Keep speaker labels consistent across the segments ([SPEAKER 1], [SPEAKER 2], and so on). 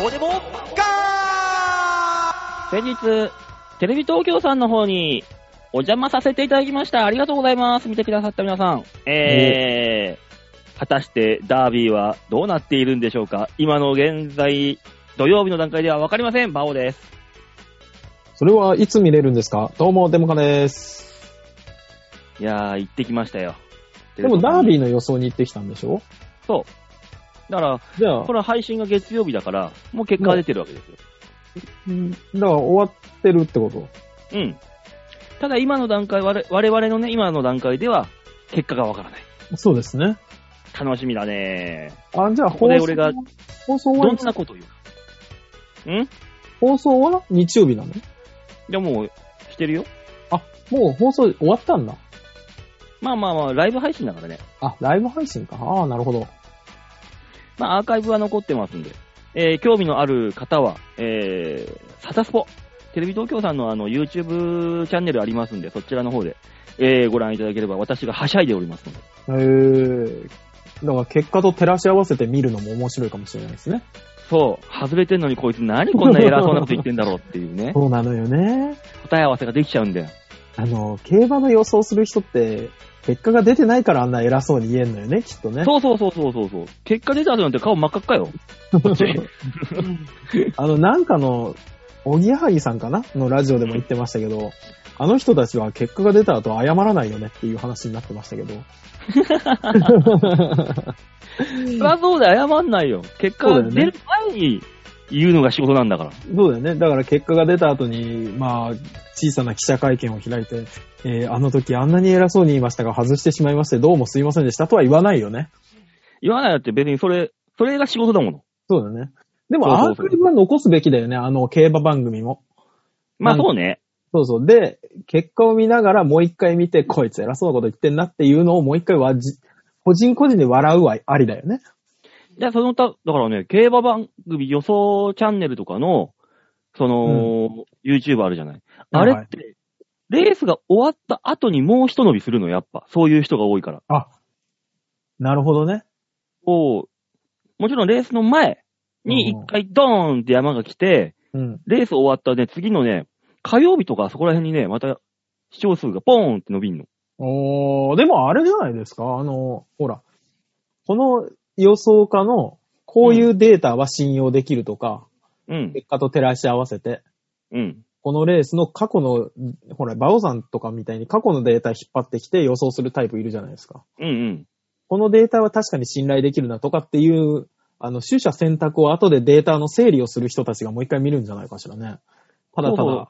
[SPEAKER 1] どうでもガ
[SPEAKER 2] 先日、テレビ東京さんの方にお邪魔させていただきました。ありがとうございます。見てくださった皆さん。えー、果たしてダービーはどうなっているんでしょうか今の現在、土曜日の段階ではわかりません。馬王です。
[SPEAKER 3] それはいつ見れるんですかどうも、デモカです。
[SPEAKER 2] いやー、行ってきましたよ。
[SPEAKER 3] でも、ダービ
[SPEAKER 2] ー
[SPEAKER 3] ーの予想に行ってきたんでしょ
[SPEAKER 2] だから、
[SPEAKER 3] じゃあ
[SPEAKER 2] こ、れ配信が月曜日だから、もう結果が出てるわけですよ。
[SPEAKER 3] うんだから終わってるってこと
[SPEAKER 2] うん。ただ今の段階、我々我々のね、今の段階では、結果がわからない。
[SPEAKER 3] そうですね。
[SPEAKER 2] 楽しみだね
[SPEAKER 3] あ、じゃあ、
[SPEAKER 2] こ
[SPEAKER 3] 放
[SPEAKER 2] で
[SPEAKER 3] 送
[SPEAKER 2] 俺が
[SPEAKER 3] 放送
[SPEAKER 2] ど
[SPEAKER 3] は
[SPEAKER 2] ん、なこと言うか。ん
[SPEAKER 3] 放送は日曜日なの
[SPEAKER 2] いや、もう、してるよ。
[SPEAKER 3] もう放送終わったんだ。
[SPEAKER 2] まあまあまあ、ライブ配信だからね。
[SPEAKER 3] あ、ライブ配信か。ああ、なるほど。
[SPEAKER 2] まあ、アーカイブは残ってますんで。えー、興味のある方は、えー、サタスポ。テレビ東京さんのあの、YouTube チャンネルありますんで、そちらの方で、えー、ご覧いただければ私がはしゃいでおりますので。
[SPEAKER 3] へえ。だから結果と照らし合わせて見るのも面白いかもしれないですね。、
[SPEAKER 2] そう、外れてんのにこいつ何こんな偉そうなこと言ってんだろうっていうね
[SPEAKER 3] そうなのよね。
[SPEAKER 2] 答え合わせができちゃうんだよ。
[SPEAKER 3] あの、競馬の予想する人って、結果が出てないからあんな偉そうに言えんのよね、きっとね。
[SPEAKER 2] そうそうそうそうそうそう。結果出た後なんて顔真っ赤っかよ。こっち
[SPEAKER 3] あの、なんかの、おぎやはぎさんかなのラジオでも言ってましたけど、あの人たちは結果が出た後は謝らないよねっていう話になってましたけ ど。
[SPEAKER 2] そりゃそうだよ、謝んないよ。結果
[SPEAKER 3] そうだよ
[SPEAKER 2] 出
[SPEAKER 3] ね
[SPEAKER 2] る前に言うのが仕事なんだから。
[SPEAKER 3] そうだよね。だから結果が出た後に、まあ、小さな記者会見を開いて、えーあの時あんなに偉そうに言いましたが外してしまいまして、どうもすいませんでしたとは言わないよね。
[SPEAKER 2] 言わないだって別にそれ、それが仕事だもの。
[SPEAKER 3] そうだね。
[SPEAKER 2] そう
[SPEAKER 3] でも
[SPEAKER 2] そうそう
[SPEAKER 3] アーカイブは残すべきだよね、あの競馬番組も。
[SPEAKER 2] まあ
[SPEAKER 3] なん
[SPEAKER 2] そうね。
[SPEAKER 3] そうそう。で、結果を見ながらもう一回見て、こいつ偉そうなこと言ってんなっていうのをもう一回はじ、個人個人で笑うはありだよね。
[SPEAKER 2] じゃあその他、だからね、競馬番組予想チャンネルとかの、その、YouTube あるじゃない。あれって、レースが終わった後にもう一伸びするの、やっぱ。そういう人が多いから。
[SPEAKER 3] あ、なるほどね。
[SPEAKER 2] こう、もちろんレースの前に一回ドーンって山が来て、
[SPEAKER 3] うん。
[SPEAKER 2] レース終わったね、次のね、火曜日とかそこら辺にね、また視聴数がポーンって伸びんの。
[SPEAKER 3] おー、でもあれじゃないですかあの、ほら、この予想家のこういうデータは信用できるとか、
[SPEAKER 2] うん。
[SPEAKER 3] 結果と照らし合わせて、
[SPEAKER 2] うん。
[SPEAKER 3] このレースの過去の、ほら、バオさんとかみたいに過去のデータ引っ張ってきて予想するタイプいるじゃないですか。
[SPEAKER 2] うんうん。
[SPEAKER 3] このデータは確かに信頼できるなとかっていう、あの、取捨選択を後でデータの整理をする人たちがもう一回見るんじゃないかしらね。ただ
[SPEAKER 2] そ
[SPEAKER 3] た
[SPEAKER 2] うそう
[SPEAKER 3] だ。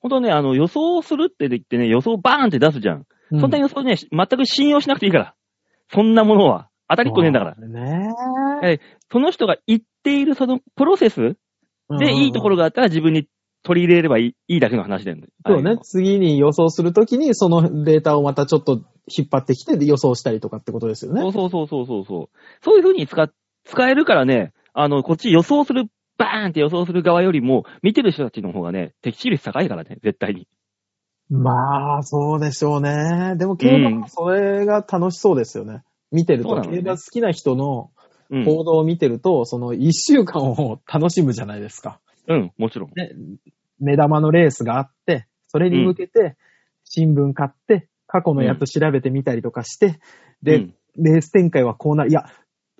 [SPEAKER 2] ほんとね、あの、予想するって言ってね、予想バーンって出すじゃん。
[SPEAKER 3] うん
[SPEAKER 2] そんな予想ね、全く信用しなくていいから。そんなものは。当たりっこねえんだから。
[SPEAKER 3] ね
[SPEAKER 2] えその人が言っているそのプロセス
[SPEAKER 3] え
[SPEAKER 2] でいいところ
[SPEAKER 3] が。
[SPEAKER 2] があったら自分に取り入れればいいいいだけの話だよね。
[SPEAKER 3] そうね。次に予想するときに、そのデータをまたちょっと引っ張ってきて予想したりとかってことですよ
[SPEAKER 2] そ
[SPEAKER 3] ね。
[SPEAKER 2] うそうそうそうそうそう。そういう風に使っ、使えるからね、あの、こっち予想する、バーンって予想する側よりも、見てる人たちの方がね、的中率高いからね、絶対に。
[SPEAKER 3] まあ、そうでしょうね。でも、競馬
[SPEAKER 2] うん
[SPEAKER 3] はそれが楽しそうですよね。見てる
[SPEAKER 2] そう
[SPEAKER 3] と、
[SPEAKER 2] なのね
[SPEAKER 3] 競馬好きな人の
[SPEAKER 2] うん。
[SPEAKER 3] 行動を見てると、その一週間を楽しむじゃないですか。
[SPEAKER 2] うん、もちろん。
[SPEAKER 3] ね、目玉のレースがあって、それに向けて、新聞買って、過去のやつ調べてみたりとかして、で、
[SPEAKER 2] うん
[SPEAKER 3] レース展開はこうなる、いや、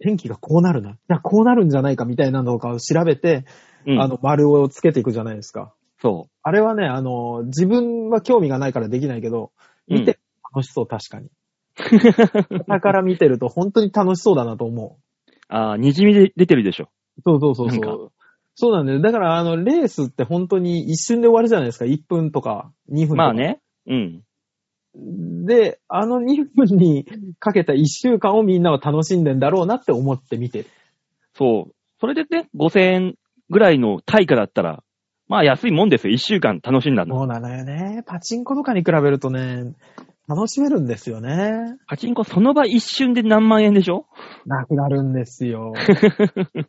[SPEAKER 3] 天気がこうなるな、いや、こうなるんじゃないかみたいなのとかを調べて、
[SPEAKER 2] うん、
[SPEAKER 3] あの、丸をつけていくじゃないですか。
[SPEAKER 2] そ
[SPEAKER 3] あれはね、あの、自分は興味がないからできないけど、
[SPEAKER 2] う。うん
[SPEAKER 3] 見て楽しそう、確かに。だから見てると本当に楽しそうだなと思う。
[SPEAKER 2] ああ、にじみで出てるでしょ。
[SPEAKER 3] そうそうそう
[SPEAKER 2] な
[SPEAKER 3] そ
[SPEAKER 2] ん
[SPEAKER 3] う。そうなんだよ。だから、あの、レースって本当に一瞬で終わるじゃないですか。1分とか2分とか。
[SPEAKER 2] まあ。ね。うん。
[SPEAKER 3] で、あの2分にかけた1週間をみんなは楽しんでんだろうなって思って見てる。
[SPEAKER 2] そう。それでね、5000円ぐらいの対価だったら、まあ安いもんですよ。1週間楽しんだの。
[SPEAKER 3] そうなのよね。パチンコとかに比べるとね、楽しめるんですよね。
[SPEAKER 2] パチンコその場一瞬で何万円でしょ
[SPEAKER 3] なくなるんですよ。 だ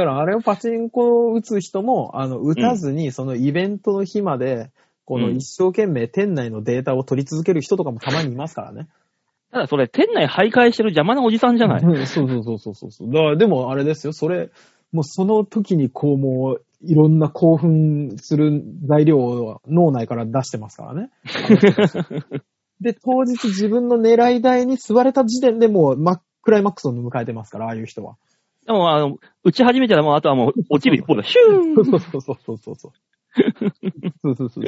[SPEAKER 3] からあれをパチンコを打つ人も、あの、打たずに、そのイベントの日まで、この
[SPEAKER 2] うん
[SPEAKER 3] 一生懸命店内のデータを取り続ける人とかもたまにいますからね。
[SPEAKER 2] ただそれ、店内徘徊してる邪魔なおじさんじゃない
[SPEAKER 3] うんそうそうそうそうそうそう。だからでもあれですよ、それ、もうその時にこうもう、いろんな興奮する材料を脳内から出してますか らね。で、当日自分の狙い台に座れた時点でもう、マックライマックスを迎えてますから、ああいう人は。
[SPEAKER 2] でも、あの、打ち始めたらもう、あとはもう、落ちる一方だ。ヒュ
[SPEAKER 3] そう
[SPEAKER 2] ーン
[SPEAKER 3] そうそうそうそうそう。そうそうそう。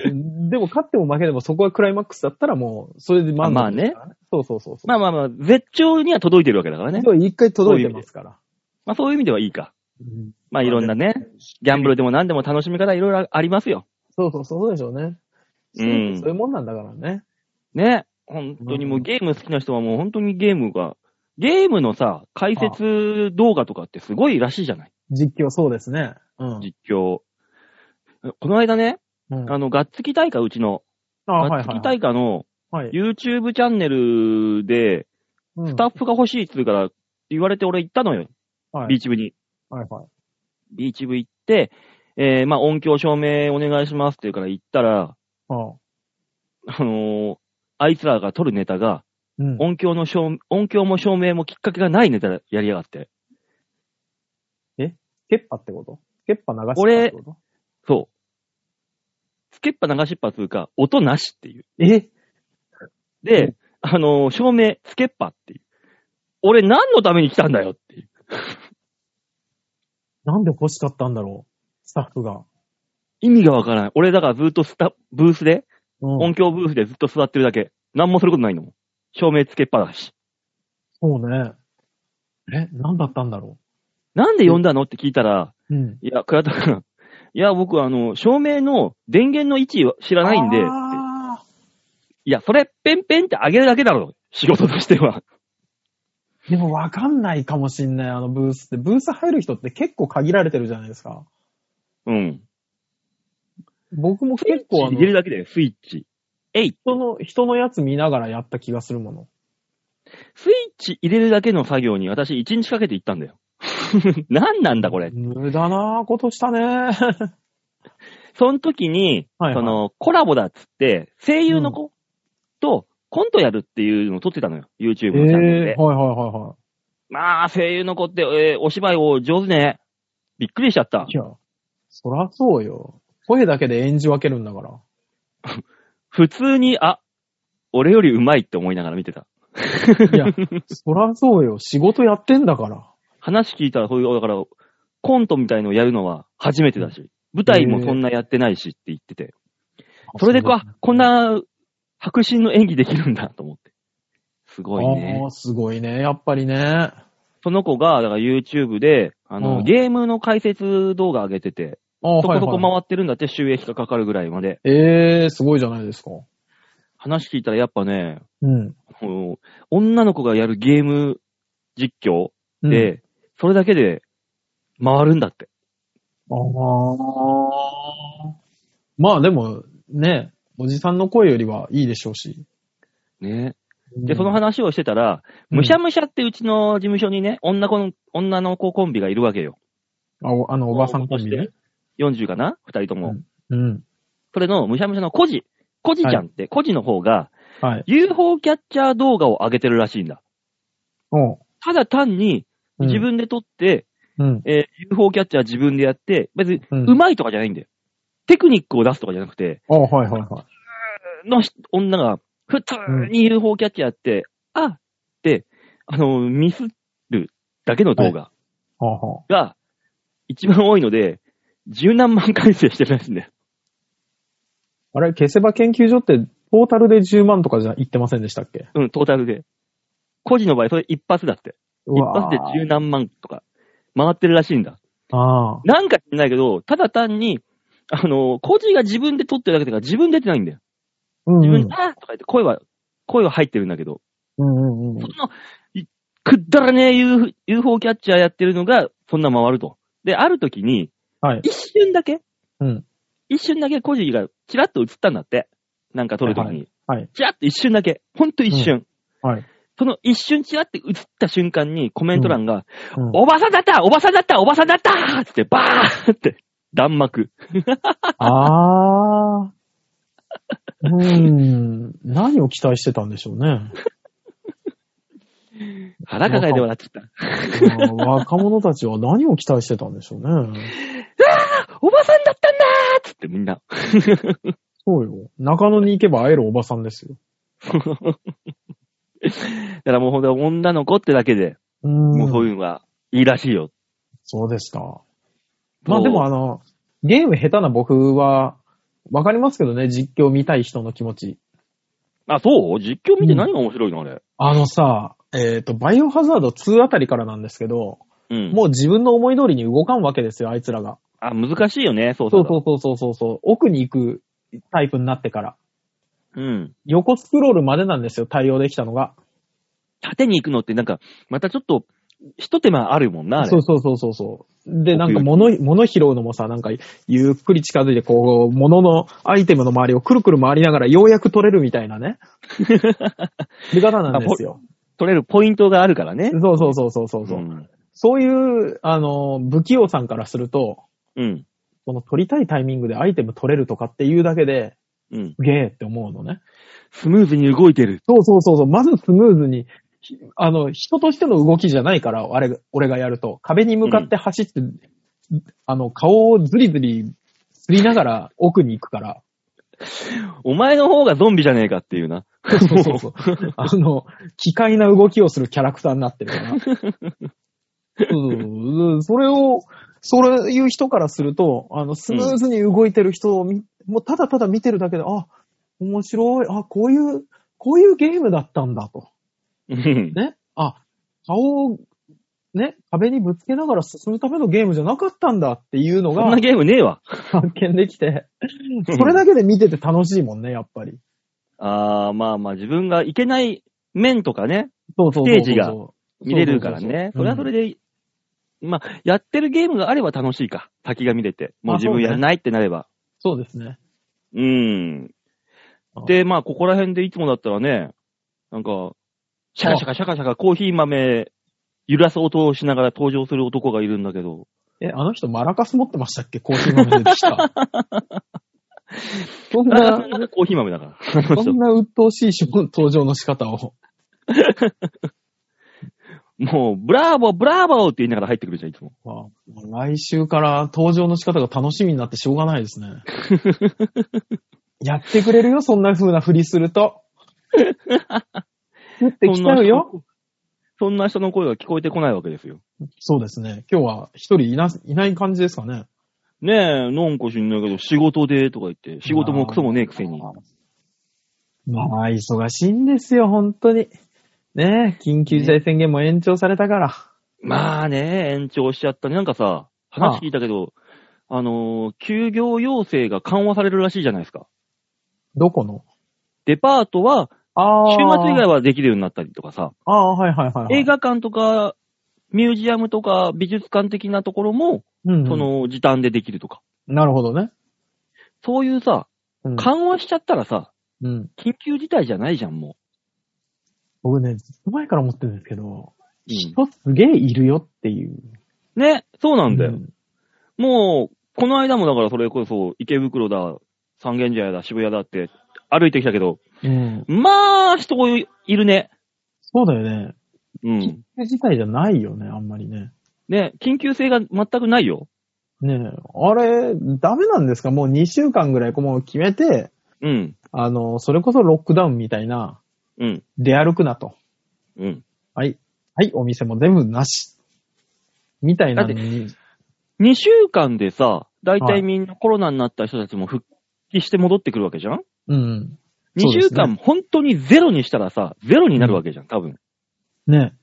[SPEAKER 3] でも勝っても負けてもそこがクライマックスだったらもう、それで満足ですからね。そうそうそうそう。
[SPEAKER 2] まあまあまあ、絶頂には届いてるわけだからね。
[SPEAKER 3] そう一回届いてますから。
[SPEAKER 2] まあそういう意味ではいいか。
[SPEAKER 3] うん
[SPEAKER 2] まあいろんなね、ギャンブルでも何でも楽しみ方いろいろありますよ。
[SPEAKER 3] そうそう、そうでしょうね。
[SPEAKER 2] う
[SPEAKER 3] そうんいうもんなんだからね。
[SPEAKER 2] ね。本当にもうゲーム好きな人はもう本当にゲームが、ゲームのさ、解説動画とかってすごいらしいじゃない
[SPEAKER 3] 実況そうですね。うん。
[SPEAKER 2] 実況。この間ね、
[SPEAKER 3] うん
[SPEAKER 2] あの、がっつき大会、うちの、
[SPEAKER 3] あ、
[SPEAKER 2] がっつき大会の
[SPEAKER 3] はい。
[SPEAKER 2] YouTube チャンネルで、
[SPEAKER 3] ス
[SPEAKER 2] スタッフが欲しいっつうから言われて俺行ったのよ、
[SPEAKER 3] はい
[SPEAKER 2] ビーチ部に。
[SPEAKER 3] はいはい。
[SPEAKER 2] ビーチ部行って、えー、まあ音響照明お願いしますって言うから行ったら、
[SPEAKER 3] あ
[SPEAKER 2] あのーあいつらが撮るネタが、
[SPEAKER 3] うん。
[SPEAKER 2] 音響の照、音響も照明もきっかけがないネタやりやがって。
[SPEAKER 3] ケッパってことケッパ流してたってこと
[SPEAKER 2] そう。スケッパ流しっぱつうか、音なしっていう。
[SPEAKER 3] えう
[SPEAKER 2] で、あのー照明、スケッパっていう。俺何のために来たんだよっていう。
[SPEAKER 3] なんで欲しかったんだろうスタッフが。
[SPEAKER 2] 意味がわからない。俺だからずっとスタ、ブースで、
[SPEAKER 3] うん。
[SPEAKER 2] 音響ブースでずっと座ってるだけ。何もすることないのもん。照明つけっぱだし。
[SPEAKER 3] そうね。え、なんだったんだろ
[SPEAKER 2] なんで呼んだのって聞いたら、
[SPEAKER 3] ううん。
[SPEAKER 2] いや、倉田君、いや、僕、あの、照明の電源の位置は知らないんで、って
[SPEAKER 3] あ
[SPEAKER 2] いや、それ、ペンペンって上げるだけだろ。仕事としては。
[SPEAKER 3] ーでもわかんないかもしんない、あのブースって。ブース入る人って結構限られてるじゃないですか。
[SPEAKER 2] うん。
[SPEAKER 3] 僕も結構あ
[SPEAKER 2] 入
[SPEAKER 3] の
[SPEAKER 2] れ、るだけだよ、スイッチ。えい。
[SPEAKER 3] 人の、人のやつ見ながらやった気がするもの。
[SPEAKER 2] スイッチ入れるだけの作業に私1日かけて行ったんだよ。 何なんだこれ。
[SPEAKER 3] 無駄なことしたね。 は
[SPEAKER 2] その時に、
[SPEAKER 3] いはい
[SPEAKER 2] そ、の、コラボだっつって、声優の子とコントやるっていうのを撮ってたのよ。YouTube のチャンネルで
[SPEAKER 3] えー、。はいはいはいは
[SPEAKER 2] まあ、声優の子って、えーお芝居を上手ね。びっくりしちゃった
[SPEAKER 3] い。い。や、そらそうよ。声だけで演じ分けるんだから。
[SPEAKER 2] 普通に、あ、俺より上手いって思いながら見てた。
[SPEAKER 3] いや、そらそうよ。仕事やってんだから。
[SPEAKER 2] 話聞いたら、そういう、だから、コントみたいのをやるのは初めてだし、舞台もそんなやってないしって言ってて、 それでこう、あこんな白真の演技できるんだと思って。すごいね
[SPEAKER 3] あ。ーすごいね。やっぱりね。
[SPEAKER 2] その子が、だから YouTube で、あの、
[SPEAKER 3] うん
[SPEAKER 2] ゲームの解説動画上げてて、
[SPEAKER 3] あ
[SPEAKER 2] そこそこ回
[SPEAKER 3] っ
[SPEAKER 2] ってるんだって収益がかかるぐらいまで。
[SPEAKER 3] ええー、すごいじゃないですか。
[SPEAKER 2] 話聞いたらやっぱね、
[SPEAKER 3] うん。
[SPEAKER 2] この女の子がやるゲーム実況で、それだけで回るんだって。
[SPEAKER 3] うん、ああ。まあでも、ね、おじさんの声よりはいいでしょうし。
[SPEAKER 2] ね。で、その話をしてたら、むしゃむしゃってうちの事務所にね、女子の、女の子コンビがいるわけよ。
[SPEAKER 3] あおあの、おばさんコンビ
[SPEAKER 2] と
[SPEAKER 3] ね
[SPEAKER 2] し。て40かな二人とも、
[SPEAKER 3] うんうん。
[SPEAKER 2] それのむしゃむしゃのコジ。コジちゃんって、コジの方が、
[SPEAKER 3] はい。
[SPEAKER 2] UFO キャッチャー動画を上げてるらしいんだ。
[SPEAKER 3] おう
[SPEAKER 2] ただ単に、
[SPEAKER 3] うん
[SPEAKER 2] 自、分で撮って、
[SPEAKER 3] うん。
[SPEAKER 2] えー UFO キャッチャー自分でやって、別に、
[SPEAKER 3] うん
[SPEAKER 2] うまいとかじゃないんだよ。テクニックを出すとかじゃなくて、
[SPEAKER 3] あはいはいはい。
[SPEAKER 2] の人女が、普通に UFO キャッチャーやって、あって、あの、ミスるだけの動画
[SPEAKER 3] はあはあ。
[SPEAKER 2] が、一番多いので、十何万回生してるらしいんだよ。
[SPEAKER 3] あれ、消せば研究所って、トータルで10万とかじゃ言ってませんでしたっけ
[SPEAKER 2] うん、トータルで。個人の場合、それ一発だって。
[SPEAKER 3] う
[SPEAKER 2] 一
[SPEAKER 3] わ
[SPEAKER 2] 発
[SPEAKER 3] ー
[SPEAKER 2] で十何万とか、回ってるらしいんだ。
[SPEAKER 3] ああ。
[SPEAKER 2] なんか知んないけど、ただ単に、あの、個人が自分で撮ってるだけだから自分出てないんだよ。
[SPEAKER 3] うん
[SPEAKER 2] 自
[SPEAKER 3] う
[SPEAKER 2] 分、
[SPEAKER 3] ん。
[SPEAKER 2] あーとか言って声は、声は入ってるんだけど、
[SPEAKER 3] うんうんうん
[SPEAKER 2] そ。の、いくだらねえ UFO, UFO キャッチャーやってるのが、そんな回ると。で、ある時に、
[SPEAKER 3] はい。
[SPEAKER 2] 一瞬だけ、
[SPEAKER 3] うん。
[SPEAKER 2] 一瞬だけコジがチラッと映ったんだって。なんか撮る時に。
[SPEAKER 3] はい。
[SPEAKER 2] チラッと一瞬だけ。ほんと一瞬。
[SPEAKER 3] はい。
[SPEAKER 2] その一瞬チラッて映った瞬間にコメント欄が、
[SPEAKER 3] うん
[SPEAKER 2] おばさんだったおばさんだったおばさんだったーってバーって、弾幕。
[SPEAKER 3] ああ。うーん。何を期待してたんでしょうね。
[SPEAKER 2] 腹抱えて笑っちゃった。
[SPEAKER 3] うん 若者たちは何を期待してたんでしょうね。
[SPEAKER 2] おばさんだったんだーっつってみんな。
[SPEAKER 3] そうよ。中野に行けば会えるおばさんですよ。
[SPEAKER 2] だからもうほんと女の子ってだけで、
[SPEAKER 3] うん
[SPEAKER 2] もうそういうのがいいらしいよ。
[SPEAKER 3] そうでした。まあでもあの、ゲーム下手な僕は、わかりますけどね、実況見たい人の気持ち。
[SPEAKER 2] あ、そう実況見て何が面白いのあれ。
[SPEAKER 3] あのさ、えっ、と、バイオハザード2あたりからなんですけど、
[SPEAKER 2] うん。
[SPEAKER 3] もう自分の思い通りに動かんわけですよ、あいつらが。
[SPEAKER 2] あ、難しいよね、そう
[SPEAKER 3] そ
[SPEAKER 2] そう
[SPEAKER 3] う
[SPEAKER 2] そう
[SPEAKER 3] そそうそうそうそう。奥に行くタイプになってから。
[SPEAKER 2] う。うん。
[SPEAKER 3] 横スクロールまでなんですよ、対応できたのが。
[SPEAKER 2] 縦に行くのってなんか、またちょっと、一手間あるもんな、あれ。
[SPEAKER 3] そうそうそうそうそう。で、
[SPEAKER 2] 奥
[SPEAKER 3] なんか
[SPEAKER 2] 行き
[SPEAKER 3] 物、物拾うのもさ、なんか、ゆっくり近づいて、こう、物のアイテムの周りをくるくる回りながら、ようやく取れるみたい なね。見方なんですよ。
[SPEAKER 2] 取れるポイントがあるからね。
[SPEAKER 3] そうそうそうそうそう。う
[SPEAKER 2] うん。
[SPEAKER 3] そういう、あの、不器用さんからすると、
[SPEAKER 2] うん。
[SPEAKER 3] その取りたいタイミングでアイテム取れるとかっていうだけで、
[SPEAKER 2] うん。
[SPEAKER 3] すげえって思うのね。
[SPEAKER 2] スムーズに動いてる。
[SPEAKER 3] そうそうそうそう。まずスムーズに、ひあの、人としての動きじゃないから、あれ、俺がやると。壁に向かって走って、あの、顔をズリズリすりながら奥に行くから。
[SPEAKER 2] お前の方がゾンビじゃねえかっていうな。
[SPEAKER 3] そうそうそう。あの、奇怪な動きをするキャラクターになってるから。うん、それを、そういう人からすると、あの、スムーズに動いてる人を見、もうただただ見てるだけで、あ、面白い、あ、こういう、こういうゲームだったんだと。
[SPEAKER 2] うん
[SPEAKER 3] ね、あ、顔を、ね、壁にぶつけながら進むためのゲームじゃなかったんだっていうの
[SPEAKER 2] そんな
[SPEAKER 3] が
[SPEAKER 2] ゲームねえわ。
[SPEAKER 3] 発見できて、それだけで見てて楽しいもんね、やっぱり。
[SPEAKER 2] あー、まあまあ、自分がいけない面とかね、
[SPEAKER 3] そうそうそうそう。
[SPEAKER 2] ステージが見れるからね。
[SPEAKER 3] そ
[SPEAKER 2] そうれ
[SPEAKER 3] そうそうそう
[SPEAKER 2] はそれで、まあ、やってるゲームがあれば楽しいか。先が見れて。もう自分やらないってなれば。
[SPEAKER 3] そうですね。
[SPEAKER 2] うん。で、まあ、ここら辺でいつもだったらね、なんか、シャカシャカシャカシャカコーヒー豆揺らす音をしながら登場する男がいるんだけ ど、
[SPEAKER 3] え、あの人マラカス持ってましたっけコーヒー豆出てきた。 そん
[SPEAKER 2] なん
[SPEAKER 3] な
[SPEAKER 2] か、なんかコーヒー豆だから。 あの
[SPEAKER 3] そ
[SPEAKER 2] 人
[SPEAKER 3] んな鬱陶しい登場の仕方を。
[SPEAKER 2] もう、ブラーボー、ブラーボーって言いながら入ってくるじゃん、いつも。
[SPEAKER 3] まあ来週から登場の仕方が楽しみになってしょうがないですね。 やってくれるよ、そんな風なふりする と。降ってきちゃうよ。
[SPEAKER 2] そんな人の声が聞こえてこないわけですよ。
[SPEAKER 3] そうですね。今日は一人いな、いない感じですかね。
[SPEAKER 2] ねえ、なんか知んないけど、仕事でとか言って、仕事もクソもねえくせに。
[SPEAKER 3] まあ、忙しいんですよ、本当に。ねえ、緊急事態宣言も延長されたから。
[SPEAKER 2] まあね、延長しちゃったね。なんかさ、話聞いたけど、あのー休業要請が緩和されるらしいじゃないですか。
[SPEAKER 3] どこの
[SPEAKER 2] デパートは、
[SPEAKER 3] あ
[SPEAKER 2] 週
[SPEAKER 3] あ。
[SPEAKER 2] 末以外はできるようになったりとかさ、
[SPEAKER 3] ああ、はいはいはいはい。
[SPEAKER 2] 映画館とか、ミュージアムとか、美術館的なところも、
[SPEAKER 3] うんうん
[SPEAKER 2] その時短でできるとか。
[SPEAKER 3] なるほどね。
[SPEAKER 2] そういうさ、
[SPEAKER 3] うん
[SPEAKER 2] 緩和しちゃったらさ、
[SPEAKER 3] うん。
[SPEAKER 2] 緊急事態じゃないじゃん、も
[SPEAKER 3] 僕ね、ずっと前から思ってるんですけど、
[SPEAKER 2] うん
[SPEAKER 3] 人すげえいるよっていう。
[SPEAKER 2] う。ね、そうなんだよ。
[SPEAKER 3] うん
[SPEAKER 2] もう、この間もだからそれこそ、池袋だ、三軒茶屋だ、渋谷だって、歩いてきたけど、
[SPEAKER 3] うん。
[SPEAKER 2] まあ、人いるね。
[SPEAKER 3] そうだよね。
[SPEAKER 2] うん。
[SPEAKER 3] 緊急事態じゃないよね、あんまりね。
[SPEAKER 2] ね、緊急性が全くないよ。
[SPEAKER 3] ねえ、あれ、ダメなんですかもう2週間ぐらいもう決めて、
[SPEAKER 2] うん。
[SPEAKER 3] あの、それこそロックダウンみたいな、
[SPEAKER 2] うん。
[SPEAKER 3] 出歩くなと。
[SPEAKER 2] うん。
[SPEAKER 3] はい。はい、お店も全部なし。みたいなのに。
[SPEAKER 2] 2週間でさ、大
[SPEAKER 3] はい
[SPEAKER 2] 体みんなコロナになった人たちも復帰して戻ってくるわけじゃん
[SPEAKER 3] うん。そうで
[SPEAKER 2] ?2 週
[SPEAKER 3] すね
[SPEAKER 2] 間本当にゼロにしたらさ、ゼロになるわけじゃん、多分。
[SPEAKER 3] ねえ。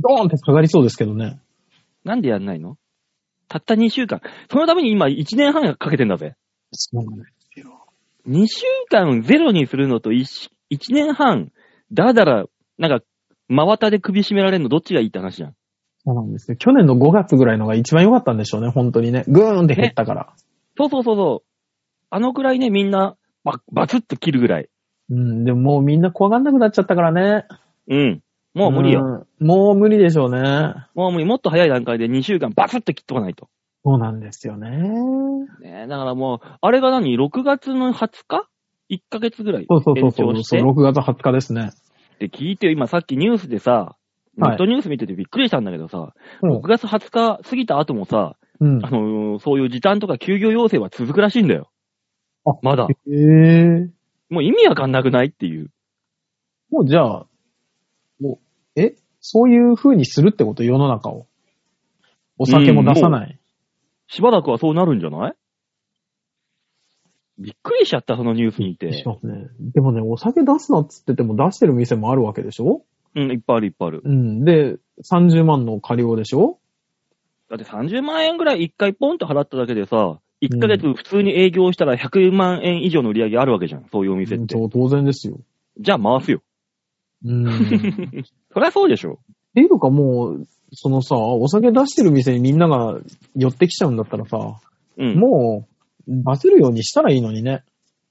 [SPEAKER 3] ドーンって下がりそうですけどね。
[SPEAKER 2] なんでやんないのたった2週間。そのために今1年半かけてんだぜ。
[SPEAKER 3] そうなんですよ。
[SPEAKER 2] 2週間ゼロにするのと 1, 年半、だだら、なんか、真綿で首絞められるのどっちがいいって話じゃん。
[SPEAKER 3] そうなんですよ。去年の5月ぐらいのが一番良かったんでしょうね、本当にね。ぐーんって減ったから。
[SPEAKER 2] そうそうそうそう。あのくらいね、みんな、ババツッと切るぐらい。
[SPEAKER 3] うん、でももうみんな怖がんなくなっちゃったからね。
[SPEAKER 2] うん。もう無理よ。
[SPEAKER 3] よ。もう無理でしょうね。
[SPEAKER 2] もう無理。もっと早い段階で2週間バツッと切っとかないと。
[SPEAKER 3] そうなんですよね。
[SPEAKER 2] ねえだからもう、あれが何 ?6 月の20日 ?1 ヶ月ぐらい
[SPEAKER 3] そうそうそ
[SPEAKER 2] 延
[SPEAKER 3] うそ
[SPEAKER 2] 長
[SPEAKER 3] う
[SPEAKER 2] して
[SPEAKER 3] 6月20日ですね。
[SPEAKER 2] って聞いてよ。今さっきニュースでさ、
[SPEAKER 3] はい
[SPEAKER 2] ネットニュース見ててびっくりしたんだけどさ、
[SPEAKER 3] うん
[SPEAKER 2] 6月20日過ぎた後もさ、
[SPEAKER 3] うん
[SPEAKER 2] あ。のーそういう時短とか休業要請は続くらしいんだよ
[SPEAKER 3] あ。
[SPEAKER 2] ま だ。
[SPEAKER 3] ええ
[SPEAKER 2] もう意味わかんなくないっていう。
[SPEAKER 3] もうじゃあ、もう、えそういう風にするってこと世の中を。お酒も出さない。
[SPEAKER 2] しばらくはそうなるんじゃないびっくりしちゃった、そのニュース見て
[SPEAKER 3] し。ますね。でもね、お酒出すなっつってても出してる店もあるわけでしょ
[SPEAKER 2] うん、いっぱいあるいっぱいある。
[SPEAKER 3] うん。で、30万の借りをでしょ
[SPEAKER 2] だって30万円ぐらい1回ポンと払っただけでさ、1ヶ月普通に営業したら100万円以上の売り上げあるわけじゃん、そういうお店っ
[SPEAKER 3] うん
[SPEAKER 2] て。
[SPEAKER 3] そう、当然ですよ。
[SPEAKER 2] じゃあ回すよ。
[SPEAKER 3] うん。 って
[SPEAKER 2] そりゃそうでしょ。
[SPEAKER 3] いうかもう、そのさ、お酒出してる店にみんなが寄ってきちゃうんだったらさ、
[SPEAKER 2] うん。
[SPEAKER 3] もう、出せるようにしたらいいのにね。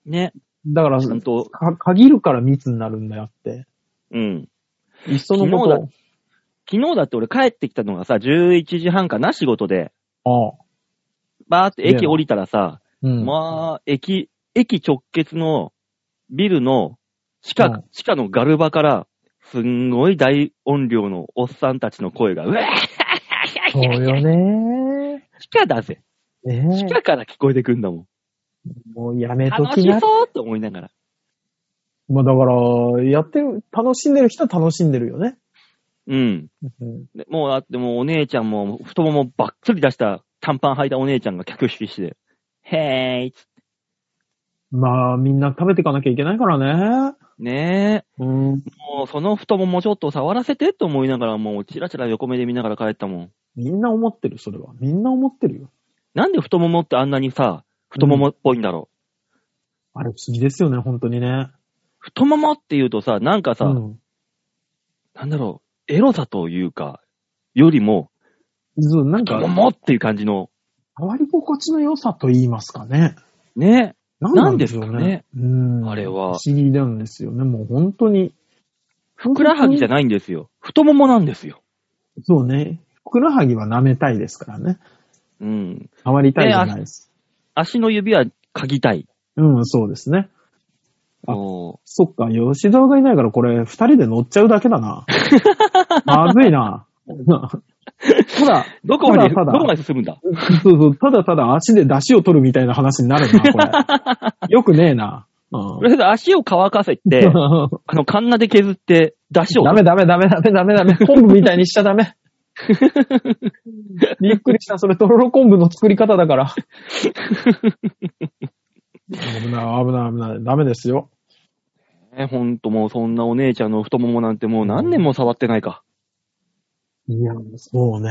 [SPEAKER 2] ね。
[SPEAKER 3] だから、
[SPEAKER 2] ちゃんと、
[SPEAKER 3] か限るから密になるんだよって。
[SPEAKER 2] うん。
[SPEAKER 3] いっそのこ
[SPEAKER 2] 昨日
[SPEAKER 3] と。
[SPEAKER 2] 昨日だって俺帰ってきたのがさ、11時半かな、仕事で。
[SPEAKER 3] ああ。
[SPEAKER 2] バーって駅降りたらさ、
[SPEAKER 3] うん。
[SPEAKER 2] まあ、駅、駅直結のビルの地下、
[SPEAKER 3] うん
[SPEAKER 2] 地下のガルバから、すんごい大音量のおっさんたちの声が、うわー
[SPEAKER 3] そうよ ね
[SPEAKER 2] 地下だぜ。
[SPEAKER 3] ー。ね
[SPEAKER 2] 地下から聞こえてくんだもん。
[SPEAKER 3] え。もうやめと
[SPEAKER 2] 楽
[SPEAKER 3] き
[SPEAKER 2] し
[SPEAKER 3] な。
[SPEAKER 2] そうって思いながら。
[SPEAKER 3] まあだから、やってる、楽しんでる人は楽しんでるよね。
[SPEAKER 2] うん。
[SPEAKER 3] うん
[SPEAKER 2] でもう、だってもうお姉ちゃんも、太ももばっつり出した短パン履いたお姉ちゃんが客引きして、へーいっつって、
[SPEAKER 3] まあ、みんな食べていかなきゃいけないからね。
[SPEAKER 2] ね
[SPEAKER 3] うん。
[SPEAKER 2] え、もうその太ももちょっと触らせてって思いながら、もうチラチラ横目で見ながら帰ったもん。
[SPEAKER 3] みんな思ってる、それは。みんな思ってるよ。
[SPEAKER 2] なんで太ももってあんなにさ、太ももっぽいんだろう。
[SPEAKER 3] あれ不思議ですよね、本当にね。
[SPEAKER 2] 太ももって言うとさ、なんかさ、
[SPEAKER 3] うん。
[SPEAKER 2] なんだろう、エロさというか、よりも、
[SPEAKER 3] そう、なん
[SPEAKER 2] 太も
[SPEAKER 3] か、
[SPEAKER 2] もっていう感じの、
[SPEAKER 3] 触り心地の良さと言いますかね。
[SPEAKER 2] ね、
[SPEAKER 3] なん
[SPEAKER 2] なん
[SPEAKER 3] で
[SPEAKER 2] ですす
[SPEAKER 3] よ
[SPEAKER 2] か
[SPEAKER 3] ね
[SPEAKER 2] ね。
[SPEAKER 3] うん。
[SPEAKER 2] あれは
[SPEAKER 3] 不思議なんですよね。もう本当に。ふ
[SPEAKER 2] ふくらはぎじゃ
[SPEAKER 3] な
[SPEAKER 2] ないんですよ。太ももなんですよ。
[SPEAKER 3] いそうね。ふくらはぎは舐めたいですからね。
[SPEAKER 2] うん。
[SPEAKER 3] 触りたいじゃないです。
[SPEAKER 2] 足の指は嗅ぎたい。
[SPEAKER 3] うん、そうですね。あ
[SPEAKER 2] おー
[SPEAKER 3] そっか、吉沢がいないからこれ、二人で乗っちゃうだけだな。まずいな。 ほら、
[SPEAKER 2] どこまで、
[SPEAKER 3] ただただ
[SPEAKER 2] どこまで進むんだ
[SPEAKER 3] そうそう、ただただ足で出汁を取るみたいな話になるな、こ れ。よくねえな。う
[SPEAKER 2] と
[SPEAKER 3] ん
[SPEAKER 2] りあえず足を乾かせ て、あの、カンナで削って、出汁を。
[SPEAKER 3] ダメダメダメダメダメダメ。昆布みたいにしちゃダ メ。びっくりした。それとろろ昆布の作り方だから。危ない危ない危ない。ダメですよ。
[SPEAKER 2] ねほんともうそんなお姉ちゃんの太ももなんてもう何年も触ってないか。
[SPEAKER 3] いや、そうね。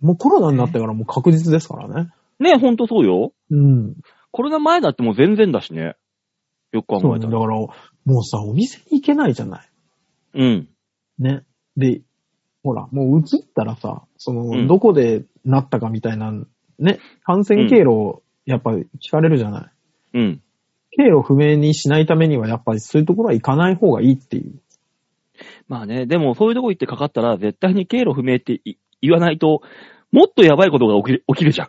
[SPEAKER 3] もうコロナになってからもう確実ですからね。
[SPEAKER 2] ねほんとそうよ。
[SPEAKER 3] うん。
[SPEAKER 2] コロナ前だってもう全然だしね。よく
[SPEAKER 3] そ
[SPEAKER 2] 考
[SPEAKER 3] う
[SPEAKER 2] え
[SPEAKER 3] ね
[SPEAKER 2] た
[SPEAKER 3] だ
[SPEAKER 2] ら。
[SPEAKER 3] から、もうさ、お店に行けないじゃない。
[SPEAKER 2] うん。
[SPEAKER 3] ね。で、ほら、もう移ったらさ、その、
[SPEAKER 2] うん
[SPEAKER 3] どこでなったかみたいな、ね、感染経路をやっぱり聞かれるじゃない。
[SPEAKER 2] うん。
[SPEAKER 3] 経路不明にしないためには、やっぱりそういうところは行かない方がいいっていう。
[SPEAKER 2] まあね、でもそういうとこ行ってかかったら、絶対に経路不明ってい言わないと、もっとやばいことが起きる起きるじゃん。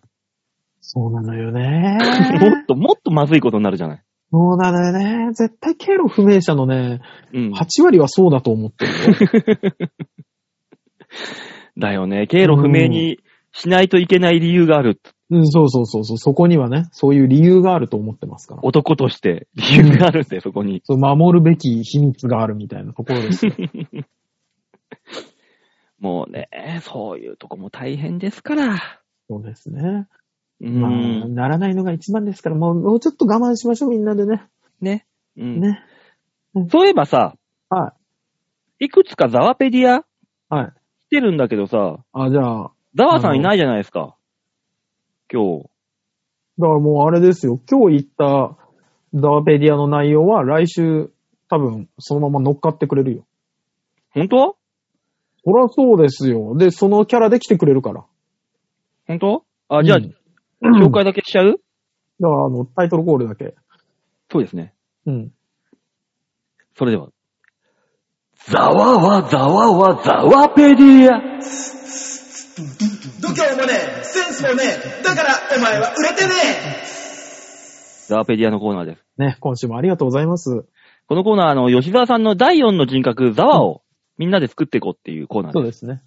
[SPEAKER 3] そうなのよね
[SPEAKER 2] もっと、もっとまずいことになるじゃない。
[SPEAKER 3] そうなのよね。絶対経路不明者のね、
[SPEAKER 2] うん。
[SPEAKER 3] 8割はそうだと思ってる。
[SPEAKER 2] だよね。経路不明にしないといけない理由がある。
[SPEAKER 3] うん、そうそうそうそう。そこにはね、そういう理由があると思ってますから。
[SPEAKER 2] 男として理由があるんだよ、そこに。
[SPEAKER 3] そう守るべき秘密があるみたいなところです よ。
[SPEAKER 2] もうね、そういうとこも大変ですから。
[SPEAKER 3] そうですね。
[SPEAKER 2] う
[SPEAKER 3] まあ、
[SPEAKER 2] ん。
[SPEAKER 3] ならないのが一番ですから、もう、もうちょっと我慢しましょう、みんなでね。
[SPEAKER 2] ね。うん。
[SPEAKER 3] ね。
[SPEAKER 2] そういえばさ、
[SPEAKER 3] はい
[SPEAKER 2] くつかザワペディア
[SPEAKER 3] い。はい。
[SPEAKER 2] 来てるんだけどさ、
[SPEAKER 3] あ、じゃあ、
[SPEAKER 2] ザワさんいないじゃないですか。今日。
[SPEAKER 3] だからもうあれですよ。今日言ったザワペディアの内容は来週多分そのまま乗っかってくれるよ。
[SPEAKER 2] 本当
[SPEAKER 3] そらそうですよ。で、そのキャラで来てくれるから。
[SPEAKER 2] 本当あ、じゃあ、
[SPEAKER 3] うん
[SPEAKER 2] 紹介だけしちゃう
[SPEAKER 3] だからあの、タイトルコールだけ。
[SPEAKER 2] そうですね。
[SPEAKER 3] うん。
[SPEAKER 2] それでは。ざわわざわわざわペディア。
[SPEAKER 1] 度胸もねえ、センスもねえ、だからお前は売れてねえ
[SPEAKER 2] ざわペディアのコーナーです。
[SPEAKER 3] ね、今週もありがとうございます。
[SPEAKER 2] このコーナー、あの、吉沢さんの第4の人格、ざわをみんなで作っていこうっていうコーナー
[SPEAKER 3] そう
[SPEAKER 2] です。
[SPEAKER 3] ですね。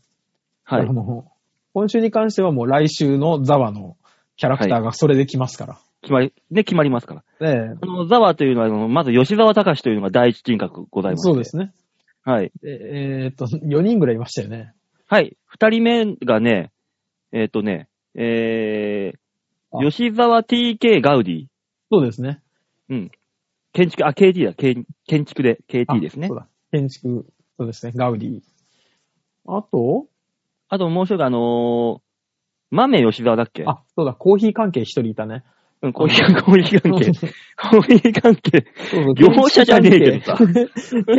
[SPEAKER 2] はい
[SPEAKER 3] あ。の、今週に関してはもう来週のザワのキャラクターがそれで来ますから。
[SPEAKER 2] 決まり、ね、決まりますから。
[SPEAKER 3] ね
[SPEAKER 2] あの、ザワというのはあの、まず吉沢隆というのが第一人格ござい
[SPEAKER 3] え
[SPEAKER 2] ます。
[SPEAKER 3] そうで。すね。
[SPEAKER 2] はい。
[SPEAKER 3] でえーっと、4人ぐらいいましたよね。
[SPEAKER 2] はい。二人目がね、えっ、とね、え
[SPEAKER 3] あ
[SPEAKER 2] ー、吉沢 TK ガウディ。
[SPEAKER 3] そうですね。
[SPEAKER 2] 建築、あ、KT だ。建建築で、
[SPEAKER 3] あ
[SPEAKER 2] KT ですね
[SPEAKER 3] そう。だ。建築、そうですね。ガウディ。あと、
[SPEAKER 2] あともう一人、あのー、豆吉沢だっけ
[SPEAKER 3] あ、そうだ、コーヒー関係一人いたね。
[SPEAKER 2] うん、コーヒ ー、コーヒー関係。コーヒー関係。
[SPEAKER 3] そうそう
[SPEAKER 2] 業者じゃねえけどさ。
[SPEAKER 3] 建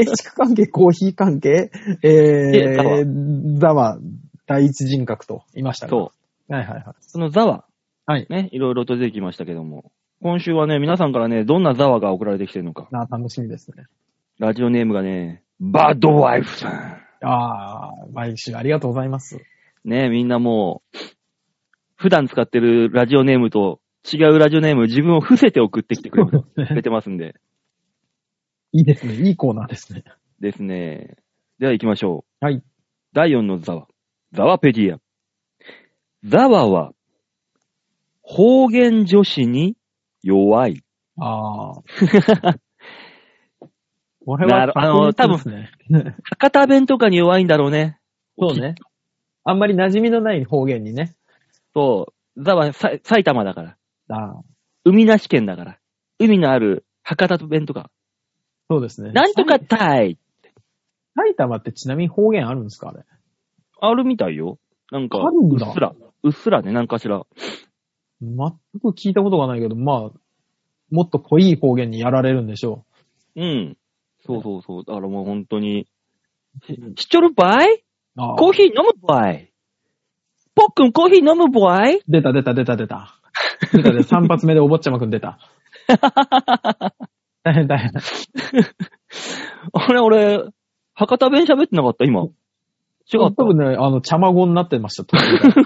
[SPEAKER 3] 築関係、コーヒー関係、え
[SPEAKER 2] でザワ
[SPEAKER 3] ー、ザワ、第一人格と、いましたね。。
[SPEAKER 2] そう
[SPEAKER 3] はいはいはい。
[SPEAKER 2] そのザワ。
[SPEAKER 3] はい
[SPEAKER 2] ね、いろいろと出てきましたけども。今週はね、皆さんからね、どんなザワが送られてきてるのか。
[SPEAKER 3] なあ、楽しみですね。
[SPEAKER 2] ラジオネームがね、バッドワイフさん。
[SPEAKER 3] ああ、毎週ありがとうございます。
[SPEAKER 2] ね、みんなもう、普段使ってるラジオネームと違うラジオネーム、自分を伏せて送ってきてくれるくれてますんで。
[SPEAKER 3] いいですね。いいコーナーですね。
[SPEAKER 2] ですね。では行きましょう。
[SPEAKER 3] はい。
[SPEAKER 2] 第4のザワ。ザワペディア。ザワは、方言女子に弱 い。
[SPEAKER 3] ああ。こ
[SPEAKER 2] なるあの多分
[SPEAKER 3] 確率ですね。
[SPEAKER 2] 博多弁とかに弱いんだろうね。
[SPEAKER 3] そうね。あんまり馴染みのない方言にね。
[SPEAKER 2] そう。ザワ、さ埼玉だから。
[SPEAKER 3] ああ。
[SPEAKER 2] 海なし県だから。海のある博多弁とか。
[SPEAKER 3] そうですね。
[SPEAKER 2] なんとかたい
[SPEAKER 3] 埼玉ってちなみに方言あるんですかあれ。
[SPEAKER 2] あるみたいよ。なんか、
[SPEAKER 3] あるん
[SPEAKER 2] う
[SPEAKER 3] だ
[SPEAKER 2] っすら。うっすらね、なんかしら。
[SPEAKER 3] 全く聞いたことがないけど、まあ、もっと濃い方言にやられるんでしょ。
[SPEAKER 2] うん。そうそうそう。だからもう本当に、しちょるばいう
[SPEAKER 3] ああ
[SPEAKER 2] コーヒー飲むばいぽっくんコーヒー飲むばい
[SPEAKER 3] 出た出た出た出た。出たで、3発 目でお坊ちゃまくん 出た。大変大変。
[SPEAKER 2] あれ、俺、博多弁喋ってなかった今。違
[SPEAKER 3] 多
[SPEAKER 2] った。
[SPEAKER 3] 分ね、あの、茶まごになってました。途中で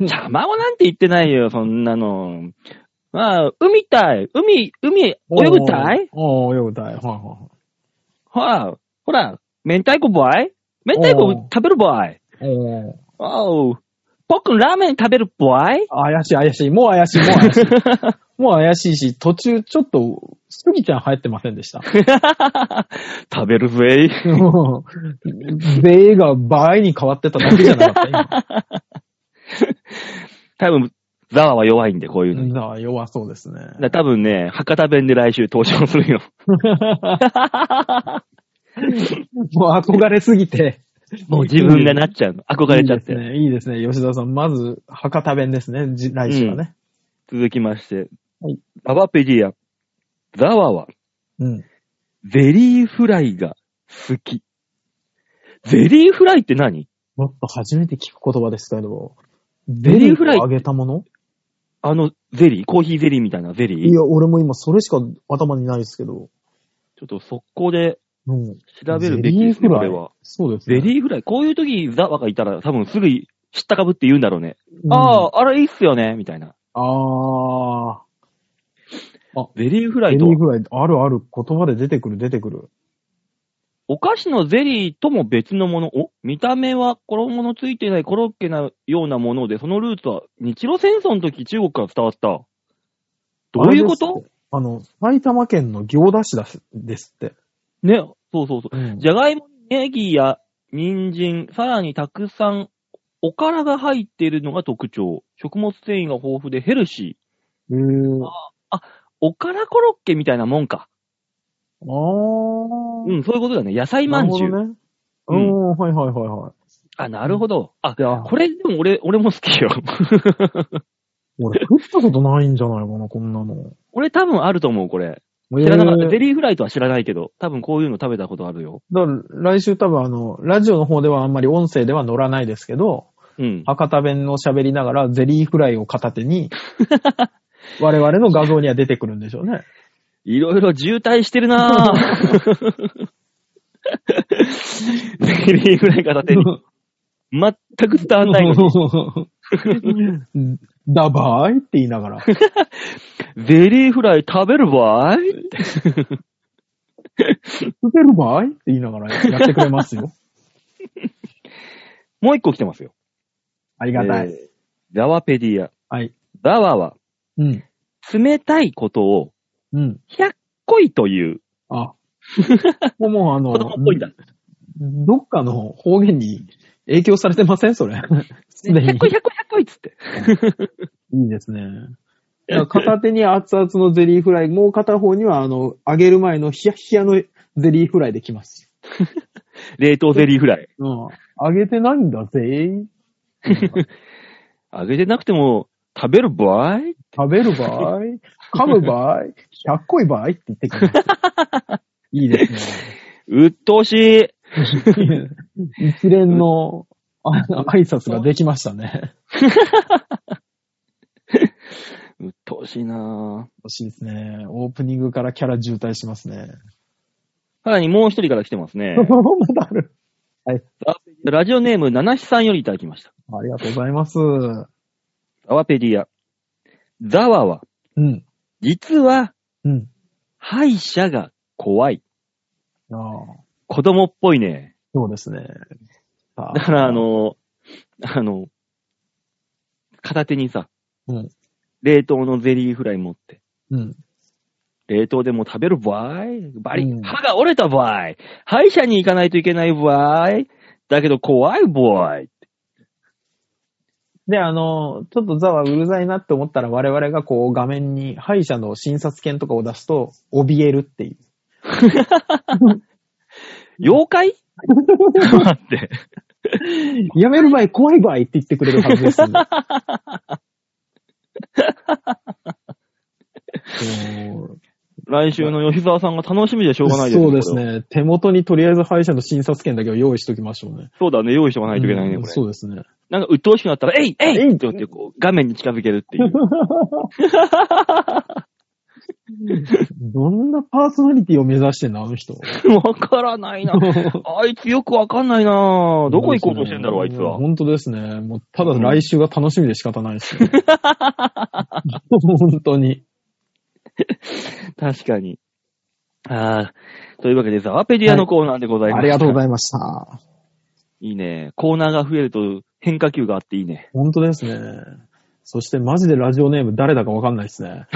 [SPEAKER 2] 邪魔をなんて言ってないよ、そんなの。まあ、海たい海、海、泳ぐたい
[SPEAKER 3] おーおー泳ぐたい。はいはいはい。
[SPEAKER 2] ほら、ほら、明太子ばい明太子食べるばい
[SPEAKER 3] おー
[SPEAKER 2] おう。ぽっくんラーメン食べるばい
[SPEAKER 3] 怪しい怪しい。もう怪しい、もう怪しい。もう怪しいし、途中ちょっと、スギちゃん流行ってませんで した。
[SPEAKER 2] 食べるぜ。
[SPEAKER 3] もう米が倍に変わってただけじゃなかった今
[SPEAKER 2] 多分、ザワは弱いんで、こういうの。
[SPEAKER 3] なあ。弱そうですね。
[SPEAKER 2] だから多分ね、博多弁で来週登場するよ。
[SPEAKER 3] もう憧れすぎて。
[SPEAKER 2] もう自分がなっちゃうの。憧れちゃって。
[SPEAKER 3] いいですね。いいですね。吉田さん、まず、博多弁ですね。じ来週はね。
[SPEAKER 2] 続きまして。
[SPEAKER 3] はい
[SPEAKER 2] ザワペディア。ザワは、
[SPEAKER 3] うん。
[SPEAKER 2] ゼリーフライが好き。ゼリーフライって何
[SPEAKER 3] もっと初めて聞く言葉ですけど、
[SPEAKER 2] ゼ
[SPEAKER 3] ゼ
[SPEAKER 2] リ
[SPEAKER 3] リ
[SPEAKER 2] ー
[SPEAKER 3] ー
[SPEAKER 2] フ
[SPEAKER 3] フ
[SPEAKER 2] ラ
[SPEAKER 3] ラ
[SPEAKER 2] イ
[SPEAKER 3] イ揚げたもの
[SPEAKER 2] あの、ゼリーコーヒーゼリーみたいなゼリ
[SPEAKER 3] い
[SPEAKER 2] ー
[SPEAKER 3] や、俺も今それしか頭にないですけど。
[SPEAKER 2] ちょっと速攻で
[SPEAKER 3] うん。
[SPEAKER 2] 調べるべきですね、これは。
[SPEAKER 3] そうです
[SPEAKER 2] ゼ
[SPEAKER 3] ね。
[SPEAKER 2] リーフライ。こういう時、ザワがいたら多分すぐ知ったかぶって言うんだろうね。
[SPEAKER 3] うん
[SPEAKER 2] ああ、あれいいっすよね、みたいな。
[SPEAKER 3] あ
[SPEAKER 2] ゼリーフラ
[SPEAKER 3] ー。ゼ
[SPEAKER 2] イ
[SPEAKER 3] リ
[SPEAKER 2] と
[SPEAKER 3] ー、フライ、あるある、言葉で出てくる、出てくる。
[SPEAKER 2] お菓子のゼリーとも別のもの。お見た目は衣のついていないコロッケなようなもので、そのルーツは日露戦争の時中国から伝わった。どういうこと
[SPEAKER 3] あの、埼玉県の行田市だすですって。
[SPEAKER 2] ね、そうそうそう。
[SPEAKER 3] うん
[SPEAKER 2] じゃがいもにネギや人参、さらにたくさんおからが入っているのが特徴。食物繊維が豊富でヘルシー。
[SPEAKER 3] へー
[SPEAKER 2] おからコロッケみたいなもんか。
[SPEAKER 3] あー。
[SPEAKER 2] うん、そういうことだね。野菜まんじゅう。
[SPEAKER 3] なる
[SPEAKER 2] う
[SPEAKER 3] ほ
[SPEAKER 2] ん
[SPEAKER 3] どね。うん、はいはいはいはい。
[SPEAKER 2] あ、なるほど。あ、
[SPEAKER 3] いや
[SPEAKER 2] これでも俺、俺も好きよ。
[SPEAKER 3] 俺、食ったことないんじゃないかな、こんなの。
[SPEAKER 2] 俺多分あると思う、これ。
[SPEAKER 3] え
[SPEAKER 2] 知らなかった。
[SPEAKER 3] ー
[SPEAKER 2] ゼリーフライとは知らないけど、多分こういうの食べたことあるよ。
[SPEAKER 3] だから来週多分あの、ラジオの方ではあんまり音声では乗らないですけど、
[SPEAKER 2] うん。
[SPEAKER 3] 博多弁を喋りながらゼリーフライを片 手に、我々の画像には出てくるんでしょうね。
[SPEAKER 2] いろいろ渋滞してるなぁ。ゼリーフライ片手に。全く伝わんないのに。
[SPEAKER 3] ダバーイって言いな がら。
[SPEAKER 2] ゼリーフライ食べるばいって
[SPEAKER 3] 食べるばいって言いながらやってくれますよ。
[SPEAKER 2] もう一個来てますよ。
[SPEAKER 3] ありがたい。
[SPEAKER 2] えーザワペディア。
[SPEAKER 3] はい。
[SPEAKER 2] ザワは、
[SPEAKER 3] うん。
[SPEAKER 2] 冷たいことを、
[SPEAKER 3] うん。
[SPEAKER 2] 100恋という、
[SPEAKER 3] あ。 もうもうあ
[SPEAKER 2] 子
[SPEAKER 3] の
[SPEAKER 2] 供っぽいんだ。
[SPEAKER 3] どっかの方言に影響されてませ んそれ。すでに。
[SPEAKER 2] 100恋、100恋、100恋っつって。
[SPEAKER 3] いいですね。いや片手に熱々のゼリーフライ、もう片方には、あの、揚げる前のヒヤヒヤのゼリーフライできます。
[SPEAKER 2] 冷凍ゼリーフライ。
[SPEAKER 3] うん。揚げてないんだぜ。
[SPEAKER 2] 揚げてなくても、食べる場合
[SPEAKER 3] 食べる 場合、噛む場合、100個い場合って言ってくる。 いいですね。
[SPEAKER 2] うっとうしい。
[SPEAKER 3] 一連のあ挨拶ができましたね。
[SPEAKER 2] うっとうしいなぁ。
[SPEAKER 3] 欲しいですね。オープニングからキャラ渋滞しますね。。
[SPEAKER 2] さらにもう一人から来てますね
[SPEAKER 3] まだある。
[SPEAKER 2] ラジオネーム、七七さんよりいただきました。
[SPEAKER 3] ありがとうございます。う
[SPEAKER 2] ザワペディア。ザワは、
[SPEAKER 3] ん。
[SPEAKER 2] 実は、
[SPEAKER 3] うん。
[SPEAKER 2] 歯医者が怖い。
[SPEAKER 3] ああ、
[SPEAKER 2] 子供っぽいね。
[SPEAKER 3] そうですね。だ
[SPEAKER 2] だから、あ、の、あの、片手にさ、
[SPEAKER 3] うん
[SPEAKER 2] 冷凍のゼリーフライ持って、
[SPEAKER 3] うん。
[SPEAKER 2] 冷凍でも食べる場合バリ、
[SPEAKER 3] うん
[SPEAKER 2] 歯が折れた場合歯医者に行かないといけない場合だけど怖い場合
[SPEAKER 3] で、あの、ちょっとザワうるさいなって思ったら我々がこう画面に歯医者の診察券とかを出すと、怯えるっていう。
[SPEAKER 2] 妖 怪待って。
[SPEAKER 3] やめる前怖いばいって言ってくれるはずです。 そう
[SPEAKER 2] 来週の吉沢さんが楽しみでしょうがないです
[SPEAKER 3] そうです
[SPEAKER 2] これは
[SPEAKER 3] ね。手元にとりあえず歯医者の診察券だけを用意しときましょうね。
[SPEAKER 2] そうだね、用意しておかないといけないね、
[SPEAKER 3] うん
[SPEAKER 2] これ。
[SPEAKER 3] そうですね。
[SPEAKER 2] なんか、鬱陶しくなったら、えいえい
[SPEAKER 3] え
[SPEAKER 2] っ
[SPEAKER 3] い
[SPEAKER 2] て言って、こう、画面に近づけるって いう。
[SPEAKER 3] どんなパーソナリティを目指してんのあの人。
[SPEAKER 2] わからない な。あいつよくわかんないなどこ行こうとしてんだろう、あいつは。
[SPEAKER 3] 本当ですね。もう、ただ来週が楽しみで仕方ないで すよ。 本当に。
[SPEAKER 2] 確かに。ああ。というわけで、ザワペディアのコーナーでございます。
[SPEAKER 3] ありがとうご
[SPEAKER 2] いま
[SPEAKER 3] ざいました。
[SPEAKER 2] す。いいね。コーナーが増えると変化球があっていいね。
[SPEAKER 3] 本当ですね。そしてマジでラジオネーム誰だかわかんないで すね。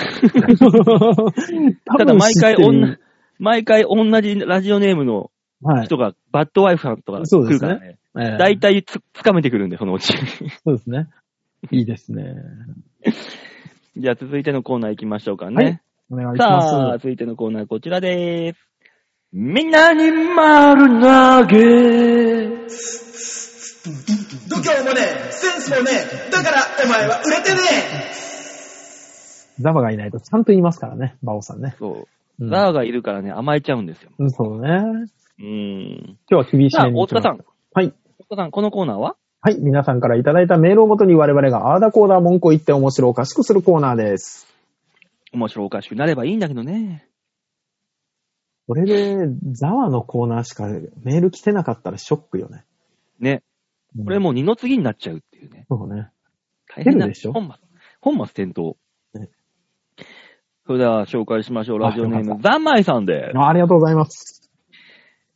[SPEAKER 2] た
[SPEAKER 3] た
[SPEAKER 2] だ毎回女、毎回同じラジオネームの
[SPEAKER 3] はい。
[SPEAKER 2] 人が、バッドワイフさんとか来るからね。
[SPEAKER 3] ええ
[SPEAKER 2] 大体つ、つかめてくるんで、そのうち。
[SPEAKER 3] そうですね。いいですね。
[SPEAKER 2] じゃあ続いてのコーナー行きましょうかね。
[SPEAKER 3] はいお願いし
[SPEAKER 2] さあ、
[SPEAKER 3] ます。
[SPEAKER 2] 続いてのコーナーこちらでーす。みんなに丸投げ
[SPEAKER 1] 度胸もねえ、センスもねえ、だからお前は売れてね
[SPEAKER 3] ザバがいないとちゃんと言いますからね、バオさんね。
[SPEAKER 2] そうう。
[SPEAKER 3] ん
[SPEAKER 2] ザーがいるからね、甘えちゃうんですよ。
[SPEAKER 3] うんそうね。
[SPEAKER 2] うーん。
[SPEAKER 3] 今日は厳し
[SPEAKER 2] さあ、
[SPEAKER 3] めに行
[SPEAKER 2] 大
[SPEAKER 3] きま
[SPEAKER 2] 塚
[SPEAKER 3] す
[SPEAKER 2] さん。
[SPEAKER 3] はい。
[SPEAKER 2] 大塚さん、このコーナーは
[SPEAKER 3] はい。皆さんからいただいたメールをもとに我々がアーダコーダー文句を言って面白おかしくするコーナーです。
[SPEAKER 2] 面白おかしくなればいいんだけどね。
[SPEAKER 3] これで、ザワのコーナーしかメール来てなかったらショックよね。
[SPEAKER 2] ね。これもう二の次になっちゃうっていうね。
[SPEAKER 3] うん。そうね。
[SPEAKER 2] 大変だ。
[SPEAKER 3] 出るでしょ
[SPEAKER 2] 本末。本末転倒
[SPEAKER 3] ね。
[SPEAKER 2] それでは紹介しましょう。ラジオネ
[SPEAKER 3] あ
[SPEAKER 2] ー
[SPEAKER 3] よか
[SPEAKER 2] ム、ざんまいさんです。
[SPEAKER 3] あありがとうございます。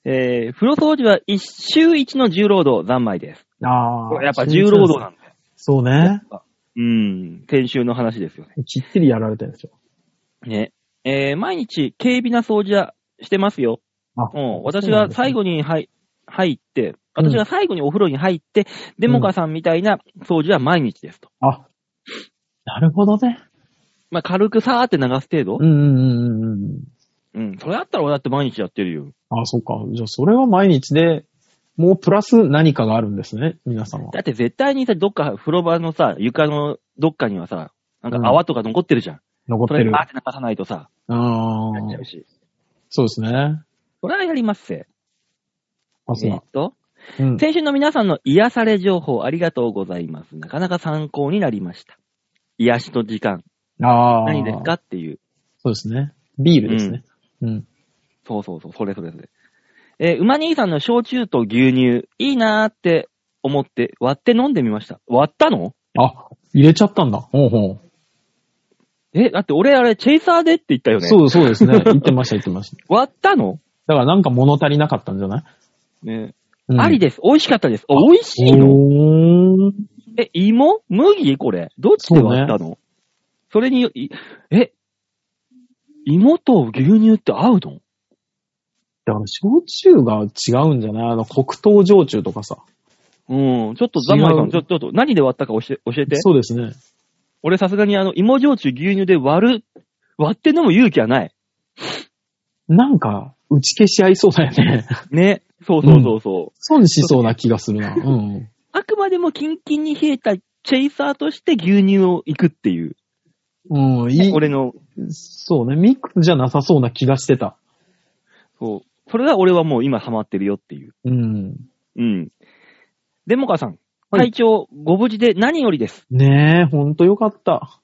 [SPEAKER 2] えー、風呂掃除は一週一の重労働、ざんまいです。
[SPEAKER 3] あ
[SPEAKER 2] これやっぱ重労働なんんだよ。
[SPEAKER 3] そうね。
[SPEAKER 2] うん。先週の話ですよね。
[SPEAKER 3] きっちりやられてるんですよ。
[SPEAKER 2] ね。えー毎日、軽微な掃除はしてますよ。
[SPEAKER 3] あ
[SPEAKER 2] うん。私が最後に入入って、
[SPEAKER 3] うん
[SPEAKER 2] 私が最後にお風呂に入って、デモカさんみたいな掃除は毎日ですと。
[SPEAKER 3] あ、なるほどね。
[SPEAKER 2] まあ、軽くさーって流す程度
[SPEAKER 3] う。んうんうんうん。
[SPEAKER 2] うん。それあったら俺だって毎日やってるよ。
[SPEAKER 3] あ、そうか。じゃあ、それは毎日で、もうプラス何かがあるんですね、皆さんは。
[SPEAKER 2] だって絶対にさ、どっか風呂場のさ、床のどっかにはさ、なんか泡とか残ってるじゃん。
[SPEAKER 3] 残っ
[SPEAKER 2] それ
[SPEAKER 3] てる
[SPEAKER 2] あ。ーって流さないとさ、
[SPEAKER 3] あ
[SPEAKER 2] やっちゃ
[SPEAKER 3] ー
[SPEAKER 2] うし。
[SPEAKER 3] そうですね。
[SPEAKER 2] それはやりますせ。
[SPEAKER 3] あ、そう
[SPEAKER 2] えー
[SPEAKER 3] だ
[SPEAKER 2] っ。と、
[SPEAKER 3] うん。
[SPEAKER 2] 先週の皆さんの癒され情報ありがとうございます。なかなか参考になりました。癒しの時間。
[SPEAKER 3] ああ。
[SPEAKER 2] 何ですかっていう。
[SPEAKER 3] そうですね。ビールですね。うん。
[SPEAKER 2] そうそうそう、それそれそれ。えー馬兄さんの焼酎と牛乳、いいなーって思って割って飲んでみました。割ったの
[SPEAKER 3] あ、入れちゃったんだ。ほうほ
[SPEAKER 2] え、だって俺あれ、チェイサーでって言ったよ
[SPEAKER 3] う。
[SPEAKER 2] ね。
[SPEAKER 3] そう、そうですね。言ってました、言ってました。
[SPEAKER 2] 割ったの
[SPEAKER 3] だからなんか物足りなかったんじゃない
[SPEAKER 2] ね。
[SPEAKER 3] うん
[SPEAKER 2] ありです。美味しかったです。お美味しいの
[SPEAKER 3] うーん
[SPEAKER 2] え、芋麦これ。どっちで割ったのそ,、れに、いえ、芋と牛乳って合うの
[SPEAKER 3] だから、焼酎が違うんじゃないあの、黒糖焼酎とかさ。
[SPEAKER 2] うん。ちょっとざまいさ
[SPEAKER 3] 違
[SPEAKER 2] ん、
[SPEAKER 3] う
[SPEAKER 2] ちょちょっと何で割ったか教え教えて。
[SPEAKER 3] そうですね。
[SPEAKER 2] 俺さすがにあの、芋焼酎牛乳で割る、割って飲む勇気はない。
[SPEAKER 3] なんか、打ち消し合いそうだよ ね。
[SPEAKER 2] ね。そうそうそうそう。
[SPEAKER 3] 損しそうな気がするな。うん。
[SPEAKER 2] あくまでもキンキンに冷えたチェイサーとして牛乳をいくっていう。
[SPEAKER 3] うん、いい。
[SPEAKER 2] 俺の、
[SPEAKER 3] そうね、ミックスじゃなさそうな気がしてた。
[SPEAKER 2] そう。それが俺はもう今ハマってるよっていう。
[SPEAKER 3] うん。
[SPEAKER 2] うん。デモカさん、
[SPEAKER 3] は
[SPEAKER 2] 体
[SPEAKER 3] い
[SPEAKER 2] 調ご無事で何よりです。
[SPEAKER 3] ねえ、ほんとよかった。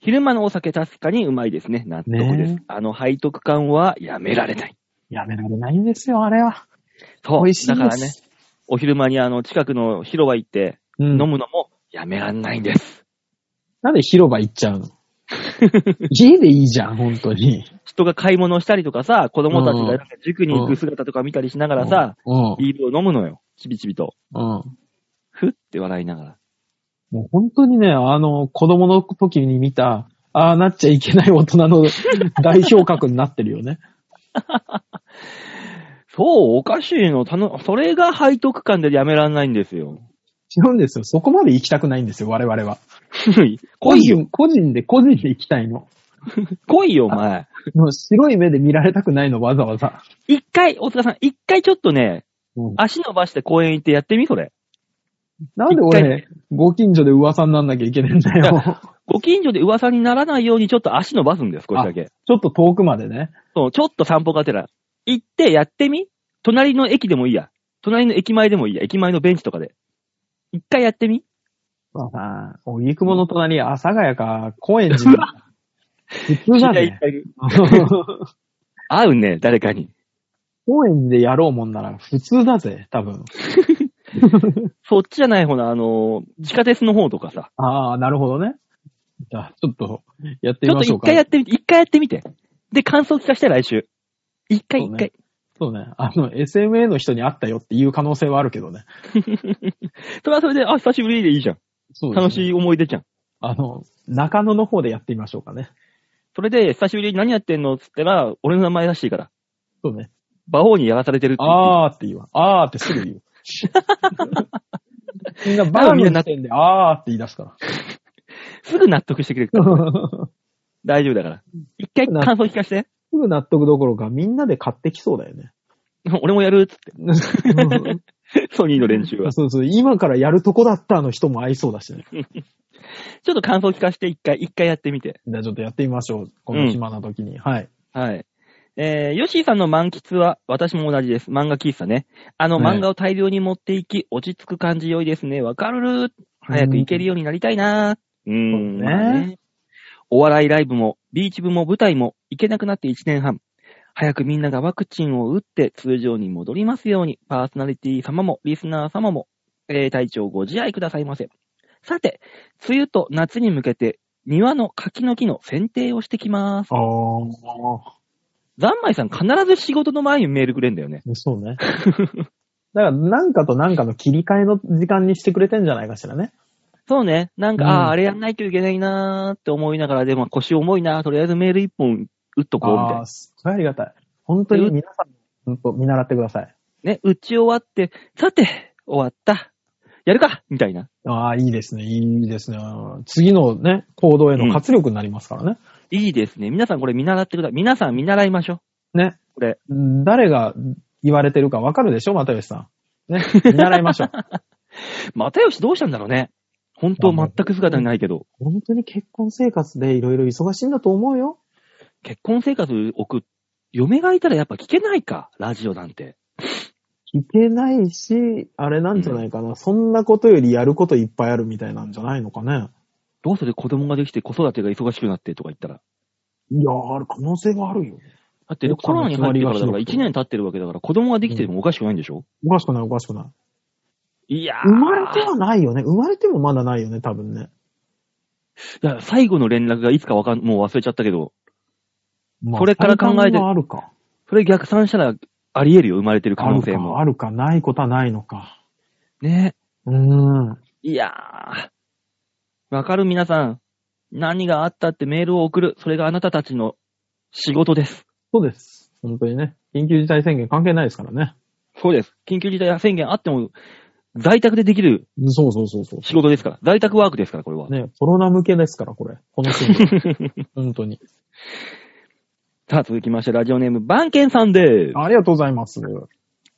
[SPEAKER 2] 昼間のお酒確かにうまいですね。納得です。
[SPEAKER 3] ね
[SPEAKER 2] あの背徳感はやめられない。
[SPEAKER 3] やめられないんですよ、あれは。
[SPEAKER 2] そう。
[SPEAKER 3] 美味しいです
[SPEAKER 2] だからね、お昼間にあの近くの広場行って
[SPEAKER 3] うん。
[SPEAKER 2] 飲むのもやめらんないんです。
[SPEAKER 3] なんで広場行っち ゃうの家でいいじゃん、ほんとに。
[SPEAKER 2] 人が買い物したりとかさ、子供たちがなんか塾に行く姿とか見たりしながらさ、
[SPEAKER 3] うん。
[SPEAKER 2] ビールを飲むのよ。ちびちびと。
[SPEAKER 3] うん。
[SPEAKER 2] ふって笑いながら。
[SPEAKER 3] もう本当にね、あの、子供の時に見た、ああなっちゃいけない大 人の代表格になってるよね。
[SPEAKER 2] そう、おかしいの。たの、それが背徳感でやめらんないんですよ。
[SPEAKER 3] 違うんですよ。そこまで行きたくないんですよ、我々は。個
[SPEAKER 2] 来いよ、
[SPEAKER 3] 人、個人で、個人で行きたいの。
[SPEAKER 2] 来いよ、お前。
[SPEAKER 3] もう白い目で見られたくないの、わざわざ。
[SPEAKER 2] 一回、大塚さん、一回ちょっとね、
[SPEAKER 3] うん
[SPEAKER 2] 足伸ばして公園行ってやってみ、それ。
[SPEAKER 3] なんで
[SPEAKER 2] 一
[SPEAKER 3] 俺、ご近所で噂になんなきゃいけないん だよ。
[SPEAKER 2] ご近所で噂にならないようにちょっと足伸ばすんです、少しだけ。
[SPEAKER 3] ちょっと遠くまでね。
[SPEAKER 2] そう、ちょっと散歩がてら。行ってやってみ隣の駅でもいいや。隣の駅前でもいいや。駅前のベンチとかで。一回やってみ
[SPEAKER 3] まあさ、荻窪の隣、阿佐ヶ谷か、高円寺だ。 普通だ
[SPEAKER 2] 知り合いいっ
[SPEAKER 3] ね。
[SPEAKER 2] ぱいいる会うね、誰かに。
[SPEAKER 3] 高円寺でやろうもんなら普通だぜ、多分。
[SPEAKER 2] そっちじゃない方の、あのー、地下鉄の方とかさ。
[SPEAKER 3] ああ、なるほどね。じゃあ、ちょっと、やって
[SPEAKER 2] ち
[SPEAKER 3] み
[SPEAKER 2] ょっ
[SPEAKER 3] ま
[SPEAKER 2] と
[SPEAKER 3] しょう
[SPEAKER 2] 一
[SPEAKER 3] か。
[SPEAKER 2] 回やってみて、一回やってみて。で、感想聞かせて、来週。一回
[SPEAKER 3] そう
[SPEAKER 2] 一
[SPEAKER 3] ね
[SPEAKER 2] 回。
[SPEAKER 3] そうね。あの、SMA の人に会ったよっていう可能性はあるけどね。
[SPEAKER 2] それはそれで、あ、久しぶりでいいじゃん。
[SPEAKER 3] そうですね
[SPEAKER 2] 楽しい思い出じゃん。
[SPEAKER 3] あの、中野の方でやってみましょうかね。
[SPEAKER 2] それで、久しぶりに何やってんのっつったら、俺の名前出していいから。
[SPEAKER 3] そうね。
[SPEAKER 2] 馬王にやらされてるって言って
[SPEAKER 3] あーって言うわ。あーってすぐ 言う。みんなバーの時点で、あーって言い出すか
[SPEAKER 2] すぐ納得してくれるから
[SPEAKER 3] ら。
[SPEAKER 2] 大丈夫だから。一回
[SPEAKER 3] な
[SPEAKER 2] 感想聞かせて。
[SPEAKER 3] すぐ納得どころか、みんなで買ってきそうだ よね。
[SPEAKER 2] 俺もやるっつっ
[SPEAKER 3] うん
[SPEAKER 2] て。ソニーの練習 は。ち
[SPEAKER 3] そうそう、今からやるとこだったの人も合いそうだしね。
[SPEAKER 2] ょっと感想聞かせて、一回、一回やってみて。
[SPEAKER 3] じゃあちょっとやってみましょう。この暇な時に。はい。
[SPEAKER 2] はい。えー、ヨッシーさんの満喫は、私も同じです。漫画喫茶ね。あの、
[SPEAKER 3] ね
[SPEAKER 2] 漫画を大量に持っていき、落ち着く感じ良いですね。わかるる早く行けるようになりたいなうーん、
[SPEAKER 3] そうね
[SPEAKER 2] まあね。お笑いライブも、ビーチ部も舞台も、行けなくなって1年半。早くみんながワクチンを打って通常に戻りますように、パーソナリティ様も、リスナー様も、えー体調ご自愛くださいませ。さて、梅雨と夏に向けて、庭の柿の木の剪定をしてきます。
[SPEAKER 3] あー。
[SPEAKER 2] ざんまいさん必ず仕事の前にメールくれんだよね。
[SPEAKER 3] そうね。 だから、なんかとなんかの切り替えの時間にしてくれてんじゃないかしらね。
[SPEAKER 2] そうね。なんか、
[SPEAKER 3] うん
[SPEAKER 2] ああ、あれやんないといけないなーって思いながら、でも腰重いなー、とりあえずメール一本打っとこうみたい
[SPEAKER 3] あ
[SPEAKER 2] な
[SPEAKER 3] あ、。すごいありがたい。本当に皆さん、本当見習ってください。
[SPEAKER 2] ね、打ち終わって、さて、終わった。やるかみたいな。
[SPEAKER 3] ああ、いいですね、いいですね。次のね、行動への活力になりますからね。
[SPEAKER 2] いいですね。皆さんこれ見習ってください。皆さん見習いましょう。
[SPEAKER 3] ね。
[SPEAKER 2] これ。
[SPEAKER 3] 誰が言われてるかわかるでしょ、又吉さん。ね。見習いま しょう。
[SPEAKER 2] 又吉どうしたんだろうね。本当
[SPEAKER 3] あも
[SPEAKER 2] 全
[SPEAKER 3] う
[SPEAKER 2] く姿にないけど。
[SPEAKER 3] 本当に結婚生活でいろいろ忙しいんだと思うよ。
[SPEAKER 2] 結婚生活送っ、嫁がいたらやっぱ聞けないか。ラジオなんて。
[SPEAKER 3] いけないし、あれなんじゃないかな。そんなことよりやることいっぱいあるみたいなんじゃないのかね。
[SPEAKER 2] どうする子供ができて子育てが忙しくなってとか言ったら。
[SPEAKER 3] いやー、ある可能性はあるよ。
[SPEAKER 2] だって
[SPEAKER 3] よく
[SPEAKER 2] コロナに入ってからだから
[SPEAKER 3] 割りが広く
[SPEAKER 2] 1年経ってるわけだから子供ができてもおかしくないんでしょ、
[SPEAKER 3] おかしくない、おかしくない。
[SPEAKER 2] いやー。
[SPEAKER 3] 生まれてはないよね。生まれてもまだないよね、多分ね。
[SPEAKER 2] だから最後の連絡がいつかわかん、もう忘れちゃったけど、
[SPEAKER 3] まあ
[SPEAKER 2] これから考えて
[SPEAKER 3] 体感はあるか。
[SPEAKER 2] それ逆算したらあり得るよ、生まれてる可
[SPEAKER 3] あ
[SPEAKER 2] 能
[SPEAKER 3] る
[SPEAKER 2] 性
[SPEAKER 3] か、
[SPEAKER 2] も。
[SPEAKER 3] あるか、ないことはないのか。
[SPEAKER 2] ね。
[SPEAKER 3] うーん。
[SPEAKER 2] いやー。わかる皆さん。何があったってメールを送る。それがあなたたちの仕事です。
[SPEAKER 3] そうです。本当にね。緊急事態宣言関係ないですからね。
[SPEAKER 2] そうです。緊急事態宣言あっても、在宅でできる
[SPEAKER 3] そうそうそうそう。
[SPEAKER 2] 仕事ですから。在宅ワークですから、これは。
[SPEAKER 3] ね、コロナ向けですから、これ。このシー ン。本当に。
[SPEAKER 2] さあ、続きまして、ラジオネーム、バンケンさんでーす。
[SPEAKER 3] ありがとうございます。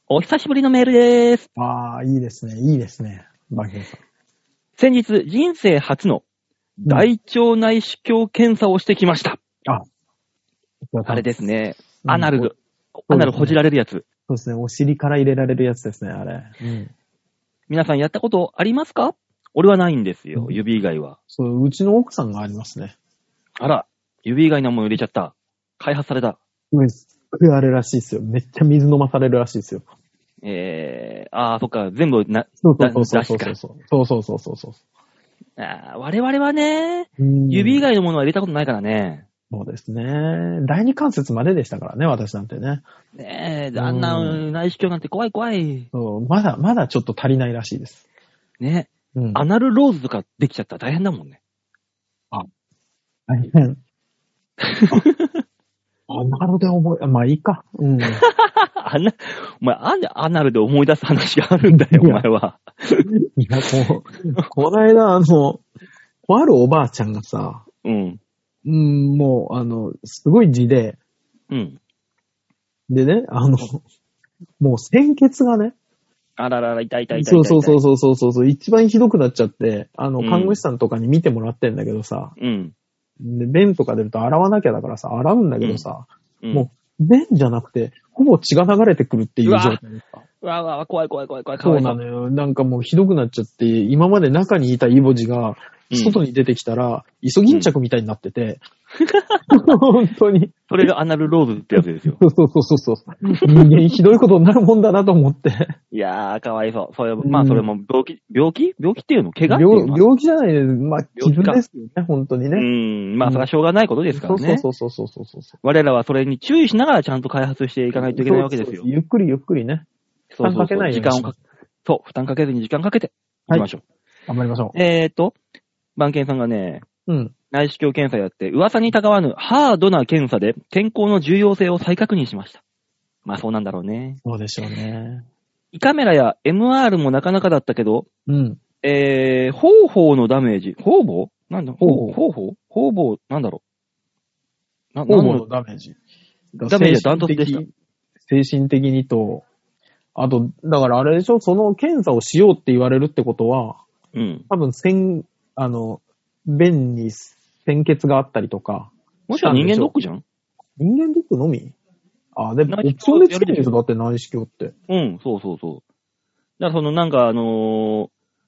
[SPEAKER 2] お久しぶりのメールでーす。
[SPEAKER 3] ああ、いいですね。いいですね。バケンさん。
[SPEAKER 2] 先日、人生初の大腸内視鏡検査をしてきました。あれですね。
[SPEAKER 3] うん
[SPEAKER 2] アナル、
[SPEAKER 3] すね
[SPEAKER 2] アナルほじられるやつ。
[SPEAKER 3] そうですね。お尻から入れられるやつですね、あれ。うん。
[SPEAKER 2] 皆さんやったことありますか俺はないんですよ、
[SPEAKER 3] うん
[SPEAKER 2] 指以外は。
[SPEAKER 3] そう、うちの奥さんがありますね。
[SPEAKER 2] あら、指以外なもの入れちゃった。開発された。
[SPEAKER 3] うん。すっごいあれらしいですよ。めっちゃ水飲まされるらしいですよ。
[SPEAKER 2] えー、あー、そっか、全部な、
[SPEAKER 3] そうそうそう
[SPEAKER 2] だ
[SPEAKER 3] そうそうそう。そうそうそうそうそう。
[SPEAKER 2] あー我々はね、
[SPEAKER 3] うん
[SPEAKER 2] 指以外のものは入れたことないからね。
[SPEAKER 3] そうですね。第二関節まででしたからね、私なんてね。
[SPEAKER 2] ねえ、あんな
[SPEAKER 3] う
[SPEAKER 2] 内視鏡なんて怖い怖い。
[SPEAKER 3] そうまだ、まだちょっと足りないらしいです。
[SPEAKER 2] ね、
[SPEAKER 3] うん。
[SPEAKER 2] アナルローズとかできちゃったら大変だもんね。
[SPEAKER 3] 大 変。あ、なるで思い、ま あいいか。うん。
[SPEAKER 2] あんな、お前、あんでアナルで思い出す話があるんだよ、お
[SPEAKER 3] いや
[SPEAKER 2] 前は。
[SPEAKER 3] いや、こう、こないだ、あの、とあるおばあちゃんがさ、
[SPEAKER 2] うん。
[SPEAKER 3] うん、もう、あの、すごい字で、
[SPEAKER 2] うん。
[SPEAKER 3] でね、あの、もう鮮血がね、
[SPEAKER 2] あららら、痛い痛い痛い痛い痛い。
[SPEAKER 3] そうそうそうそうそうそう、一番ひどくなっちゃって、あの、
[SPEAKER 2] うん
[SPEAKER 3] 看護師さんとかに見てもらってんだけどさ、
[SPEAKER 2] うん。
[SPEAKER 3] で、便とか出ると洗わなきゃだからさ、洗うんだけどさ、
[SPEAKER 2] うん。
[SPEAKER 3] もう、便じゃなくて、ほぼ血が流れてくるっていう
[SPEAKER 2] う
[SPEAKER 3] 状
[SPEAKER 2] わ
[SPEAKER 3] 態だった。
[SPEAKER 2] うわうわ、怖い怖い怖い怖い。か
[SPEAKER 3] そ
[SPEAKER 2] わいう
[SPEAKER 3] なのよ。なんかもうひどくなっちゃって、今まで中にいたイボジが、
[SPEAKER 2] うん
[SPEAKER 3] 外に出てきたら、イソギンチャクみたいになってて、 本当に。
[SPEAKER 2] それがアナルローズってやつですよ。
[SPEAKER 3] そうそうそうそう。人間ひどいことになるもんだなと思って。
[SPEAKER 2] いやー、かわいそう。それ、
[SPEAKER 3] うん
[SPEAKER 2] まあ、それも病気、病気病気っていうの怪我っていう
[SPEAKER 3] 病
[SPEAKER 2] の
[SPEAKER 3] 病気じゃないです。まあ、
[SPEAKER 2] 病気
[SPEAKER 3] 傷
[SPEAKER 2] か
[SPEAKER 3] ですよね、本当に
[SPEAKER 2] う
[SPEAKER 3] ね。
[SPEAKER 2] ん。まあ、それはしょうがないことですか
[SPEAKER 3] そ
[SPEAKER 2] ら
[SPEAKER 3] う
[SPEAKER 2] ね。
[SPEAKER 3] そうそうそうそうそうそう。
[SPEAKER 2] 我らはそれに注意しながらちゃんと開発していかないといけないわけです
[SPEAKER 3] そ
[SPEAKER 2] よ
[SPEAKER 3] うそう。ゆっくりゆっくりね。負
[SPEAKER 2] そう
[SPEAKER 3] 担
[SPEAKER 2] そう
[SPEAKER 3] かけ
[SPEAKER 2] そう
[SPEAKER 3] ないよう
[SPEAKER 2] 時
[SPEAKER 3] に
[SPEAKER 2] 間をかけ、そう、負担かけずに時間かけて、行きましょ
[SPEAKER 3] 頑張りましょ
[SPEAKER 2] う。えーと、番犬さんがね、
[SPEAKER 3] う。うん。
[SPEAKER 2] 内視鏡検査やって、噂にたがわぬハードな検査で健康の重要性を再確認しました。まあそうなんだろうね。
[SPEAKER 3] そうでしょうね。
[SPEAKER 2] 胃カメラや MR もなかなかだったけど、
[SPEAKER 3] うん。
[SPEAKER 2] えー、方法のダメージ。方々なんだ
[SPEAKER 3] 頬
[SPEAKER 2] 方方々方々なんだろうな、な
[SPEAKER 3] 方々
[SPEAKER 2] ん
[SPEAKER 3] の
[SPEAKER 2] の
[SPEAKER 3] ダメージ。
[SPEAKER 2] ダメージはダントツでした
[SPEAKER 3] 精神的精神的にと、あと、だからあれでしょ、その検査をしようって言われるってことは、
[SPEAKER 2] うん。
[SPEAKER 3] 多分、線、あの、便に鮮血があったりとか、
[SPEAKER 2] もしくは人間ドックじゃん
[SPEAKER 3] 人間ドックのみあ、でも、オ
[SPEAKER 2] 内視鏡
[SPEAKER 3] プションでつけるでしょ、だって内視鏡って。
[SPEAKER 2] うん、そうそうそう。だからそのなんかあの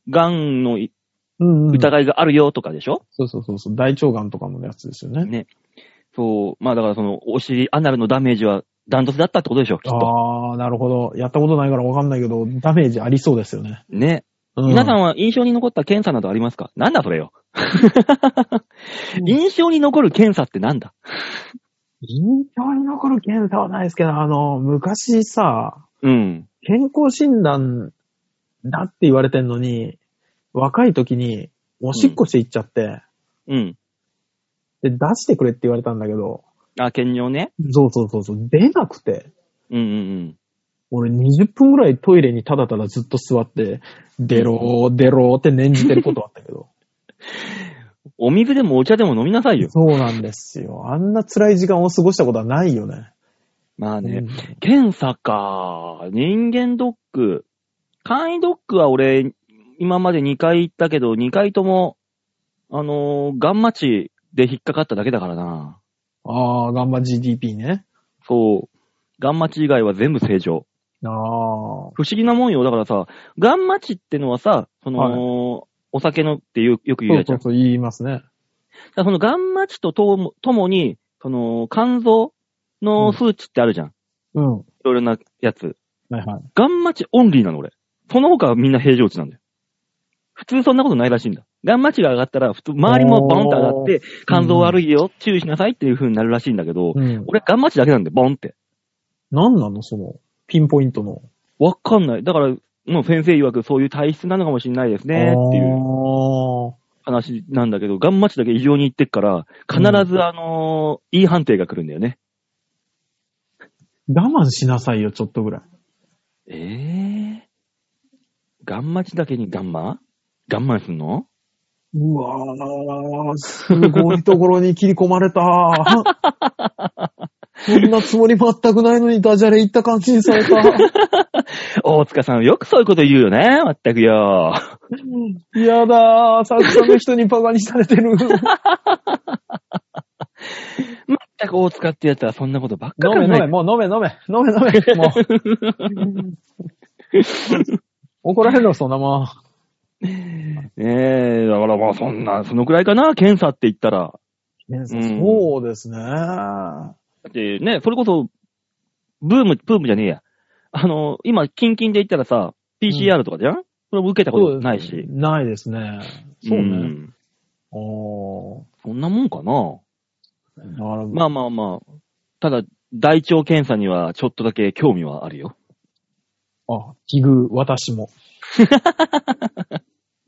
[SPEAKER 2] ー、癌のい
[SPEAKER 3] うん、うん。
[SPEAKER 2] 疑いがあるよとかでしょ、
[SPEAKER 3] そうそうそうそう、大腸がんとかものやつですよね。
[SPEAKER 2] ね。そう、まあだからその、お尻、アナルのダメージはダントツだったってことでしょきっと。
[SPEAKER 3] あー、なるほど。やったことないからわかんないけど、ダメージありそうですよね。
[SPEAKER 2] ね。
[SPEAKER 3] う
[SPEAKER 2] 皆さん
[SPEAKER 3] は、
[SPEAKER 2] は印象に残った検査などありますかなんだそれよ。印象に残る検査ってなんだ
[SPEAKER 3] 印象に残る検査はないですけど、あの、昔さ、
[SPEAKER 2] うん。
[SPEAKER 3] 健康診断だって言われてんのに、若い時に、おしっこして行っちゃって、
[SPEAKER 2] うん。
[SPEAKER 3] で、出してくれって言われたんだけど、
[SPEAKER 2] あ、検尿ね。
[SPEAKER 3] そうそうそうそう、出なくて、
[SPEAKER 2] うんうんうん。
[SPEAKER 3] 俺20分ぐらいトイレにただただずっと座って、出ろー、出ろーって念じてることあったけど。
[SPEAKER 2] お水でもお茶でも飲みなさいよ。
[SPEAKER 3] そうなんですよ。あんな辛い時間を過ごしたことはないよね。
[SPEAKER 2] まあね、
[SPEAKER 3] うん
[SPEAKER 2] 検査か。人間ドック。簡易ドックは俺、今まで2回行ったけど、2回とも、あのーガンマ値で引っかかっただけだからな。
[SPEAKER 3] ああ、ガンマ GDP ね。
[SPEAKER 2] そう。ガンマ値以外は全部正常。
[SPEAKER 3] ああ、
[SPEAKER 2] 不思議なもんよ。だからさ、ガンマ値ってのはさ、その、
[SPEAKER 3] はい
[SPEAKER 2] お酒のってよよく言う
[SPEAKER 3] そう
[SPEAKER 2] やつじ
[SPEAKER 3] そ
[SPEAKER 2] ゃ。
[SPEAKER 3] うんそう言いますね。
[SPEAKER 2] だからそのガンマ値とともともに、その、肝臓の数値ってあるじゃん。
[SPEAKER 3] うん。はい
[SPEAKER 2] ろいろなやつ。
[SPEAKER 3] はい。
[SPEAKER 2] ガンマ値オンリーなの、俺。その他はみんな平常値なんだよ。普通そんなことないらしいんだ。ガンマ値が上がったら、普通、周りもボンって上がって、肝臓悪いよ、注意しなさいっていう風になるらしいんだけど、
[SPEAKER 3] うん。
[SPEAKER 2] 俺ガンマ値だけなんだよ、ボンって。
[SPEAKER 3] 何なのその、ピンポイントの。
[SPEAKER 2] わかんない。だから、もう先生曰くそういう体質なのかもしれないですね、っていう
[SPEAKER 3] あー
[SPEAKER 2] 話なんだけど、ガンマチだけ異常に言ってっから、必ずあのー、いい判定が来るんだよね。
[SPEAKER 3] 我慢しなさいよ、ちょっとぐらい。
[SPEAKER 2] えー、ガンマチだけにガンマガンマにすんの
[SPEAKER 3] うわー、すごいところに切り込まれた。そんなつもり全くないのにダジャレ言った感じにされた。
[SPEAKER 2] 大塚さんよくそういうこと言うよね、まったくよ。
[SPEAKER 3] やだー、作家の人にバカにされてる。
[SPEAKER 2] まったく大塚ってやつはそんなことばっか
[SPEAKER 3] 飲
[SPEAKER 2] り
[SPEAKER 3] め
[SPEAKER 2] な
[SPEAKER 3] 飲め、
[SPEAKER 2] い。
[SPEAKER 3] もう飲め飲め、飲め飲め、もう。怒られるよ、そんなもん。
[SPEAKER 2] ねえ、だからまあそんな、そのくらいかな、検査って言ったら。
[SPEAKER 3] ね
[SPEAKER 2] ん
[SPEAKER 3] そうですね。
[SPEAKER 2] だってね、それこそ、ブーム、ブームじゃねえや。あの、今、キンキンで言ったらさ、PCR とかじゃん、それも受けたことない
[SPEAKER 3] そうです
[SPEAKER 2] し。
[SPEAKER 3] ねないですね。そうね。
[SPEAKER 2] ん
[SPEAKER 3] おー
[SPEAKER 2] そんなもんかな。
[SPEAKER 3] だから
[SPEAKER 2] まあまあまあ。ただ、大腸検査にはちょっとだけ興味はあるよ。
[SPEAKER 3] あ、奇遇、私 も。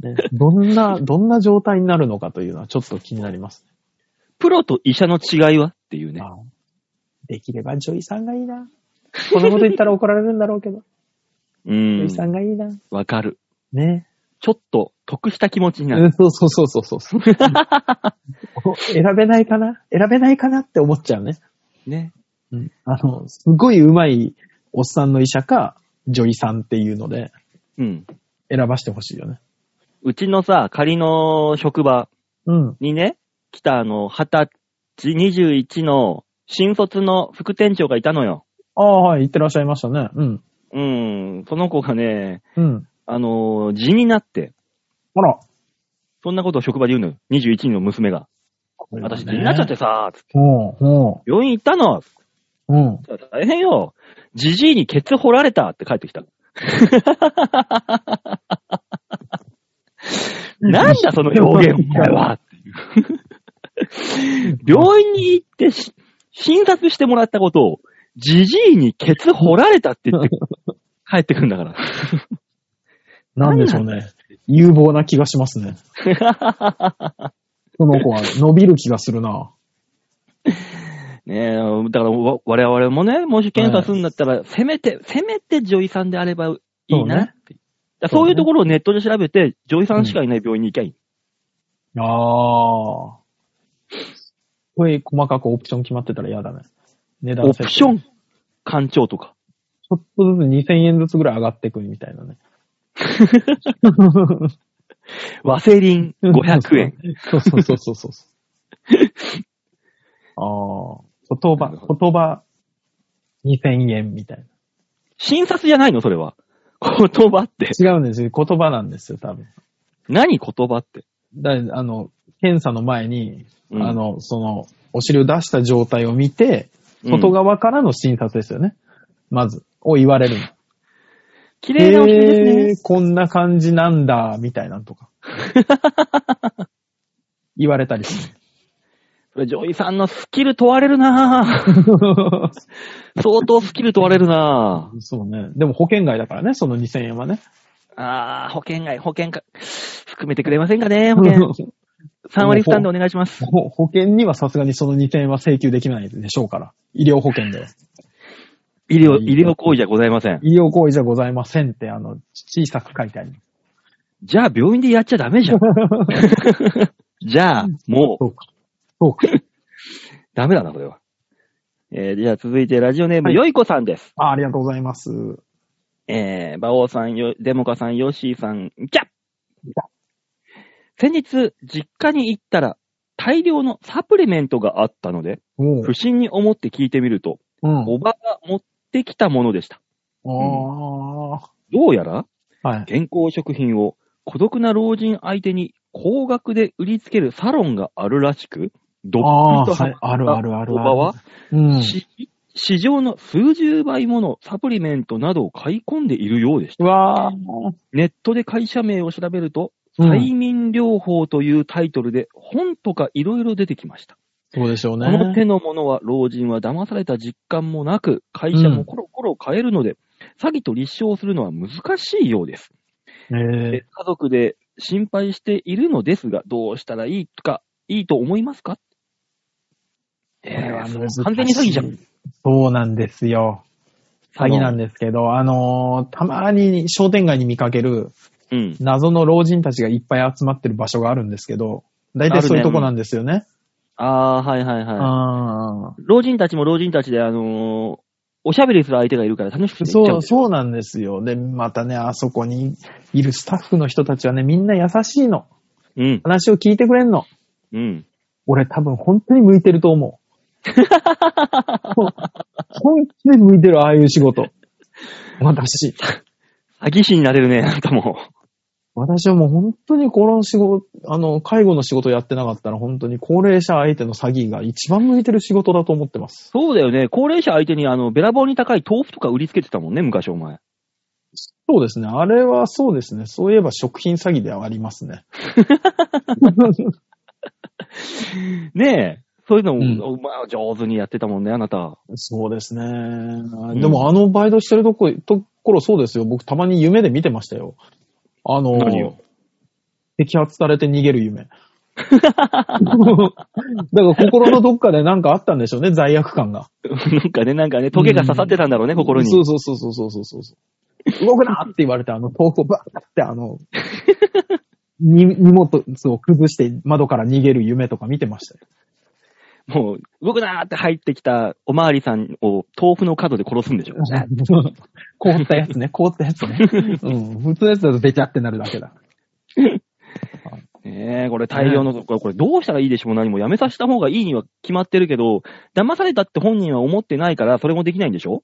[SPEAKER 3] ねどんな、どんな状態になるのかというのはちょっと気になります
[SPEAKER 2] プロと医者の違いはっていうね。
[SPEAKER 3] ね。あできれば女医さんがいいな。このこと言ったら怒られるんだろうけど、
[SPEAKER 2] う
[SPEAKER 3] 女
[SPEAKER 2] ん
[SPEAKER 3] 医。さんがいいな。
[SPEAKER 2] わかる。
[SPEAKER 3] ね。
[SPEAKER 2] ちょっと得した気持ちにな
[SPEAKER 3] う
[SPEAKER 2] る。
[SPEAKER 3] んそうそうそうそうそう。 お選べないかな選べないかなって思っちゃうね。
[SPEAKER 2] ね。
[SPEAKER 3] うんあの、すごい上手いおっさんの医者か、女医さんっていうので、
[SPEAKER 2] うん。
[SPEAKER 3] 選ばしてほしいよね。
[SPEAKER 2] うちのさ、仮の職場
[SPEAKER 3] うん。
[SPEAKER 2] にね、来たあの、二十歳、21の新卒の副店長がいたのよ。
[SPEAKER 3] ああ、はい、行ってらっしゃいましたね。うん。
[SPEAKER 2] うん。その子がね、
[SPEAKER 3] うん。
[SPEAKER 2] あの、地になって、
[SPEAKER 3] あら。
[SPEAKER 2] そんなことを職場で言うのよ。21人の娘が。私、地になっちゃってさ、つって
[SPEAKER 3] うん、う
[SPEAKER 2] 病院行ったの。
[SPEAKER 3] ん、うん。
[SPEAKER 2] 大変よ。じじいにケツ掘られたって帰ってき た。なんだその表現お前はっていう病院に行ってし診察してもらったことを、じじいにケツ掘られたって言って 帰ってくんだから。
[SPEAKER 3] なんでしょうね。有望な気がしま すね。この子は伸びる気がするな。
[SPEAKER 2] ねえ、だからわ我々もね、もし検査するんだったら、せめて、せめて女医さんであればいいなって。だからそう,、
[SPEAKER 3] そうね
[SPEAKER 2] いうところをネットで調べて、女医さんしかいない病院に行きゃいい。
[SPEAKER 3] ああ。これ細かくオプション決まってたら嫌だね。値段
[SPEAKER 2] オ
[SPEAKER 3] 設定
[SPEAKER 2] プション干潮とか。
[SPEAKER 3] ちょっとずつ2000円ずつぐらい上がってくるみた いなね。
[SPEAKER 2] ワセリン500円。。
[SPEAKER 3] そうそうそうそうそう。ああ。言葉、言葉2000円みたいな。
[SPEAKER 2] 診察じゃないのそれは。言葉って。
[SPEAKER 3] 違うんですよ。言葉なんですよ、多分。
[SPEAKER 2] 何言葉って。
[SPEAKER 3] だあの、検査の前に、
[SPEAKER 2] うん
[SPEAKER 3] あの、その、お尻を出した状態を見て、
[SPEAKER 2] うん
[SPEAKER 3] 外側からの診察ですよね。まず、を言われるの。
[SPEAKER 2] 綺麗なお尻で
[SPEAKER 3] へー
[SPEAKER 2] すね。
[SPEAKER 3] こんな感じなんだ、みたいなん とか。言われたりする。
[SPEAKER 2] それ、ジョイさんのスキル問われるなぁ。相当スキル問われるな
[SPEAKER 3] そうね。でも保険外だからね、その2000円はね。
[SPEAKER 2] ぁ。あー、保険外、保険か、含めてくれませんかね保険。3割負担でお願いします。
[SPEAKER 3] ほ 保険にはさすがにその2000円は請求できないでしょうから。医療保険で。
[SPEAKER 2] 医療、医療行為じゃございません。
[SPEAKER 3] 医療行為じゃございませんって、あの、小さく書いてあります。
[SPEAKER 2] じゃあ、病院でやっちゃダメじゃん。じゃあ、 もう、
[SPEAKER 3] そうか。そうか。
[SPEAKER 2] ダメだな、これは。えー、じゃあ続いてラジオネーム、
[SPEAKER 3] はい
[SPEAKER 2] よいこさんです。
[SPEAKER 3] あありがとうございます。
[SPEAKER 2] えー、馬王さん、よデモカさん、ヨッシーさん、キャッ
[SPEAKER 3] ャッ
[SPEAKER 2] 先日、実家に行ったら、大量のサプリメントがあったので、
[SPEAKER 3] も
[SPEAKER 2] 不審に思って聞いてみると、
[SPEAKER 3] う、うん。
[SPEAKER 2] おばが持ってきたものでした。
[SPEAKER 3] あ
[SPEAKER 2] どうやら、
[SPEAKER 3] あ、はい。
[SPEAKER 2] 健康食品を孤独な老人相手に高額で売りつけるサロンがあるらしく、どっ
[SPEAKER 3] ああ、
[SPEAKER 2] ぷりとハ
[SPEAKER 3] はい。ある
[SPEAKER 2] マ
[SPEAKER 3] あ
[SPEAKER 2] っ
[SPEAKER 3] るあ
[SPEAKER 2] た
[SPEAKER 3] る。
[SPEAKER 2] おばは、
[SPEAKER 3] うん。
[SPEAKER 2] し市場の数十倍ものサプリメントなどを買い込んでいるようでした。
[SPEAKER 3] うわぁ。
[SPEAKER 2] ネットで会社名を調べると、
[SPEAKER 3] うん
[SPEAKER 2] 催眠療法というタイトルで本とかいろいろ出てきました。
[SPEAKER 3] そうでしょう
[SPEAKER 2] この手
[SPEAKER 3] ね。
[SPEAKER 2] のものは老人は騙された実感もなく、会社もコロコロ変えるので、詐欺と立証するのは難しいようです。
[SPEAKER 3] え
[SPEAKER 2] で家族で心配しているのですが、どうしたらいいか、いいと思いますかえ
[SPEAKER 3] これは
[SPEAKER 2] ー
[SPEAKER 3] 難しい
[SPEAKER 2] 完全に詐欺じゃん。
[SPEAKER 3] そうなんですよ。詐欺なんですけど、あのーたまに商店街に見かける
[SPEAKER 2] うん。
[SPEAKER 3] 謎の老人たちがいっぱい集まってる場所があるんですけど、大体そういうとこなんですよね。
[SPEAKER 2] ああー、はいはいはい。
[SPEAKER 3] あ
[SPEAKER 2] 老人たちも老人たちで、あのーおしゃべりする相手がいるから楽しくな
[SPEAKER 3] ー
[SPEAKER 2] っちゃうんだ
[SPEAKER 3] そ
[SPEAKER 2] よ
[SPEAKER 3] う、そうなんですよ。で、またね、あそこにいるスタッフの人たちはね、みんな優しいの。
[SPEAKER 2] うん。
[SPEAKER 3] 話を聞いてくれんの。
[SPEAKER 2] うん。
[SPEAKER 3] 俺多分本当に向いてると 思う。ほん本気で向いてる、ああいう仕事。私。
[SPEAKER 2] 詐欺師になれるね、 なんかも
[SPEAKER 3] 私はもう本当にこの仕事、あの、介護の仕事やってなかったら本当に高齢者相手の詐欺が一番向いてる仕事だと思ってます。
[SPEAKER 2] そうだよね。高齢者相手に、あの、べらぼうに高い豆腐とか売りつけてたもんね、昔お前。
[SPEAKER 3] そうですね。あれはそうですね。そういえば食品詐欺ではありますね。
[SPEAKER 2] ねえ。そういうの
[SPEAKER 3] うん
[SPEAKER 2] も、まあ、上手にやってたもんね、あなた。
[SPEAKER 3] そうですね。
[SPEAKER 2] ん
[SPEAKER 3] でもあのバイトしてるとこ、ところそうですよ。僕たまに夢で見てましたよ。あの
[SPEAKER 2] 何を、
[SPEAKER 3] 摘発されて逃げ る夢。だから心のどっかでなんかあったんでしょうね、罪悪感が。
[SPEAKER 2] なんかね、なんかね、トゲが刺さってたんだろうね、心に。
[SPEAKER 3] そうそうそうそうそうそうそうそう。動くなって言われて、あの、豆腐をバーってあ の、に荷物を崩して窓から逃げる夢とか見てま したよ。
[SPEAKER 2] もう、動くなーって入ってきたおまわりさんを豆腐の角で殺すんでしょ。
[SPEAKER 3] 凍ったやつね、凍ったやつね。うん、普通のやつだとべちゃってなるだけだ。
[SPEAKER 2] ねえ、これ大量の、これこれどうしたらいいでしょう何もやめさせた方がいいには決まってるけど、騙されたって本人は思ってないから、それもできないんでしょ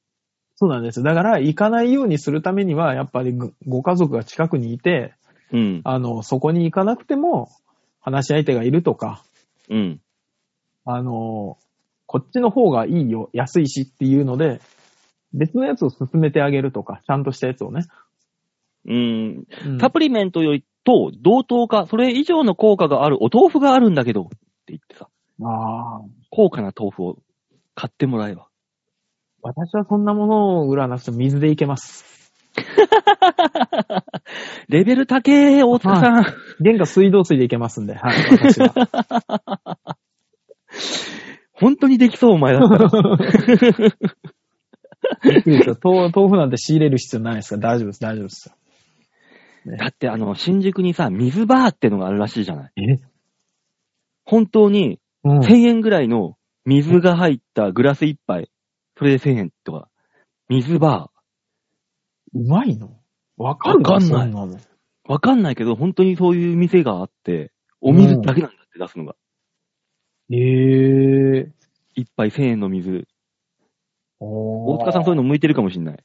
[SPEAKER 3] そうなんですよ。だから、行かないようにするためには、やっぱりごご家族が近くにいて、
[SPEAKER 2] うん、
[SPEAKER 3] あの、そこに行かなくても、話し相手がいるとか、
[SPEAKER 2] うん。
[SPEAKER 3] あの、こっちの方がいいよ、安いしっていうので、別のやつを勧めてあげるとか、ちゃんとしたやつをね。
[SPEAKER 2] うん。
[SPEAKER 3] うん
[SPEAKER 2] サプリメントよりと同等か、それ以上の効果があるお豆腐があるんだけど、って言ってさ、
[SPEAKER 3] ああ、
[SPEAKER 2] 高価な豆腐を買ってもらえば。
[SPEAKER 3] 私はそんなものを売らなくても水でいけます。
[SPEAKER 2] レベル高え、大塚さん。
[SPEAKER 3] 原価水道水でいけますんで、はい、私は。
[SPEAKER 2] 本当にできそう、お前だ ったら。
[SPEAKER 3] いいですよ豆豆腐なんて仕入れる必要ないですから、大丈夫です、大丈夫ですよ。
[SPEAKER 2] だって、あの、新宿にさ、水バーってのがあるらしいじゃない。
[SPEAKER 3] え
[SPEAKER 2] 本当に、
[SPEAKER 3] うん。
[SPEAKER 2] 1000円ぐらいの水が入ったグラス一杯。それで1000円とか。水バ
[SPEAKER 3] うまいのわかる
[SPEAKER 2] わかんない
[SPEAKER 3] その
[SPEAKER 2] ー。わかんないけど、本当にそういう店があって、お水だけなんだって出すのが。
[SPEAKER 3] へえ。
[SPEAKER 2] 一杯1000円の水。
[SPEAKER 3] 大
[SPEAKER 2] 大塚さんそういう
[SPEAKER 3] の
[SPEAKER 2] の向いてるかもしんない。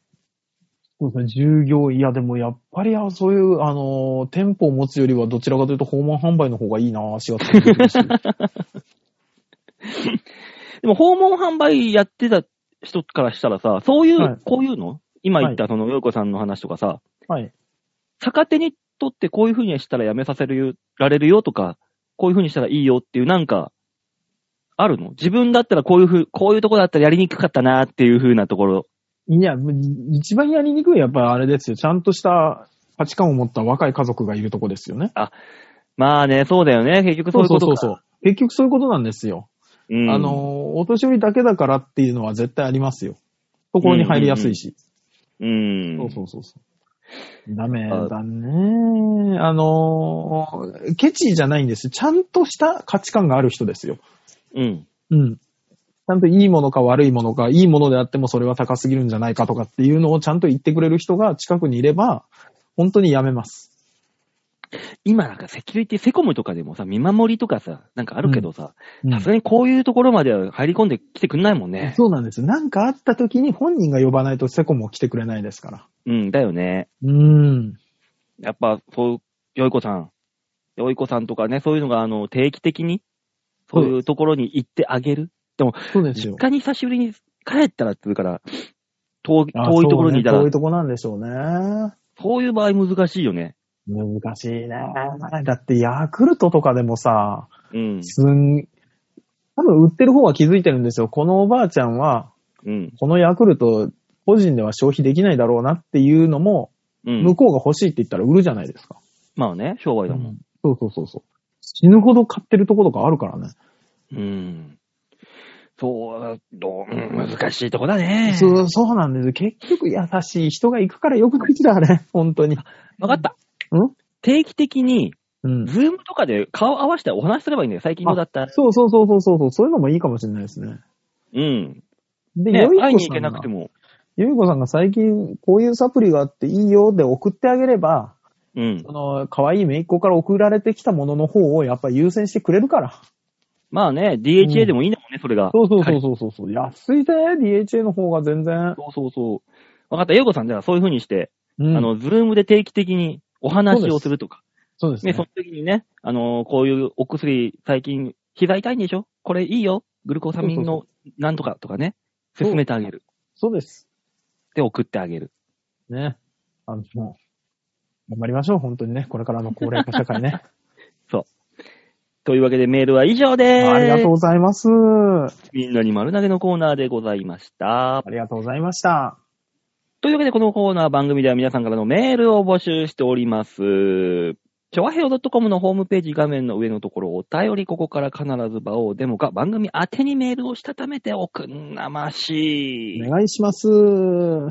[SPEAKER 3] そうですね、従業員、いやでもやっぱりあそういう、あのー、店舗を持つよりはどちらかというと訪問販売の方がいいな4月1日
[SPEAKER 2] でも訪問販売やってた人からしたらさ、そういう、
[SPEAKER 3] はい
[SPEAKER 2] こういうの今言ったその、よいこさんの話とかさ、
[SPEAKER 3] はい。
[SPEAKER 2] 逆手にとってこういう風にしたらやめさせるられるよとか、こういう風にしたらいいよっていうなんか、あるの自分だったらこういうふう、こういうとこだったらやりにくかったなっていう風なところ。
[SPEAKER 3] いや、む一番やりにくいやっぱりあれですよ。ちゃんとした価値観を持った若い家族がいるとこですよね。
[SPEAKER 2] まあね、そうだよね。結局そういうことか。
[SPEAKER 3] そうそうそうそう。結局そういうことなんですよ。
[SPEAKER 2] うん
[SPEAKER 3] あのー、お年寄りだけだからっていうのは絶対ありますよ。心に入りやすいし。
[SPEAKER 2] うん。
[SPEAKER 3] そうそうそうそう。ダメ
[SPEAKER 2] あ
[SPEAKER 3] だね。あのーケチじゃないんですよ。ちゃんとした価値観がある人ですよ。
[SPEAKER 2] うん。
[SPEAKER 3] うん。ちゃんといいものか悪いものか、いいものであってもそれは高すぎるんじゃないかとかっていうのをちゃんと言ってくれる人が近くにいれば、本当にやめます。
[SPEAKER 2] 今なんかセキュリティ、セコムとかでもさ、見守りとかさ、なんかあるけどさ、
[SPEAKER 3] うん
[SPEAKER 2] さすがにこういうところまでは入り込んできてくんないもんね。
[SPEAKER 3] そうなんです。なんかあった時に本人が呼ばないとセコムも来てくれないですから。
[SPEAKER 2] うん、だよね。
[SPEAKER 3] うん。
[SPEAKER 2] やっぱ、そう、よいこさん、よいこさんとかね、そういうのが、あの、定期的に、そういうところに行ってあげる。
[SPEAKER 3] そうです
[SPEAKER 2] 実
[SPEAKER 3] よ。
[SPEAKER 2] 家に久しぶりに帰ったらっていうから、遠い
[SPEAKER 3] あ
[SPEAKER 2] 遠いところにいたら、
[SPEAKER 3] そう
[SPEAKER 2] そう,、
[SPEAKER 3] ね遠いとこなんでしょうね。
[SPEAKER 2] いう場合難しいよね。
[SPEAKER 3] 難しいね。だってヤクルトとかでもさ、
[SPEAKER 2] うん、
[SPEAKER 3] すん、多分売ってる方は気づいてるんですよ。このおばあちゃんは、
[SPEAKER 2] うん、
[SPEAKER 3] このヤクルト、個人では消費できないだろうなっていうのも、
[SPEAKER 2] うん。
[SPEAKER 3] 向こうが欲しいって言ったら売るじゃないですか。
[SPEAKER 2] まあね、商売だもん。
[SPEAKER 3] そうそうそうそう。死ぬほど買ってるとことかあるからね。
[SPEAKER 2] うん。そう、どう、うん難しいとこだね。
[SPEAKER 3] そう、そうなんです。結局優しい人が行くからよく来たね。本当に。
[SPEAKER 2] わかった。
[SPEAKER 3] うん
[SPEAKER 2] 定期的に、
[SPEAKER 3] うん。
[SPEAKER 2] ズームとかで顔合わせてお話しすればいいんだよ、最近のだったら。
[SPEAKER 3] そうそうそうそうそう。そういうのもいいかもしれないですね。
[SPEAKER 2] うん。
[SPEAKER 3] で、
[SPEAKER 2] ね
[SPEAKER 3] よい、
[SPEAKER 2] 会い
[SPEAKER 3] こ
[SPEAKER 2] に行
[SPEAKER 3] さ
[SPEAKER 2] け
[SPEAKER 3] ん
[SPEAKER 2] なくて
[SPEAKER 3] が、
[SPEAKER 2] も。
[SPEAKER 3] よいこさんが最近こういうサプリがあっていいよで送ってあげれば、
[SPEAKER 2] うん
[SPEAKER 3] そ。の、可愛いめいっ子から送られてきたものの方をやっぱり優先してくれるから。
[SPEAKER 2] まあね、DHA でもいいんだもんね、それが。
[SPEAKER 3] そうそう
[SPEAKER 2] は
[SPEAKER 3] そ
[SPEAKER 2] いう
[SPEAKER 3] そうそうそう。安いぜ、DHA の方が全然。
[SPEAKER 2] そうそうそう。わかった。ゆうこさん、じゃあそういう風にして、
[SPEAKER 3] うん、
[SPEAKER 2] あの、ズームで定期的にお話をするとか。
[SPEAKER 3] そうです
[SPEAKER 2] ね、
[SPEAKER 3] ね。
[SPEAKER 2] その時にね、あのーこういうお薬、最近、膝痛いんでしょこれいいよ。グルコサミンのなんとかとかね、
[SPEAKER 3] そう
[SPEAKER 2] 勧めてあげる。
[SPEAKER 3] そうです。
[SPEAKER 2] で、送ってあげる。
[SPEAKER 3] ね。あの、もう頑張りましょう、本当にね。これからの高齢化社会 ね。
[SPEAKER 2] というわけで、メールは以上です。
[SPEAKER 3] ありがとうございます。あ
[SPEAKER 2] みんなに丸投げのコーナーでございました。
[SPEAKER 3] りがとうございました。
[SPEAKER 2] というわけで、このコーナー番組では皆さんからのメールを募集しております。ちょわへよ .com のホームページ画面の上のところお便りここから必ず場をデモか番組宛てにメールをしたためておくんなまし。
[SPEAKER 3] お願いします。行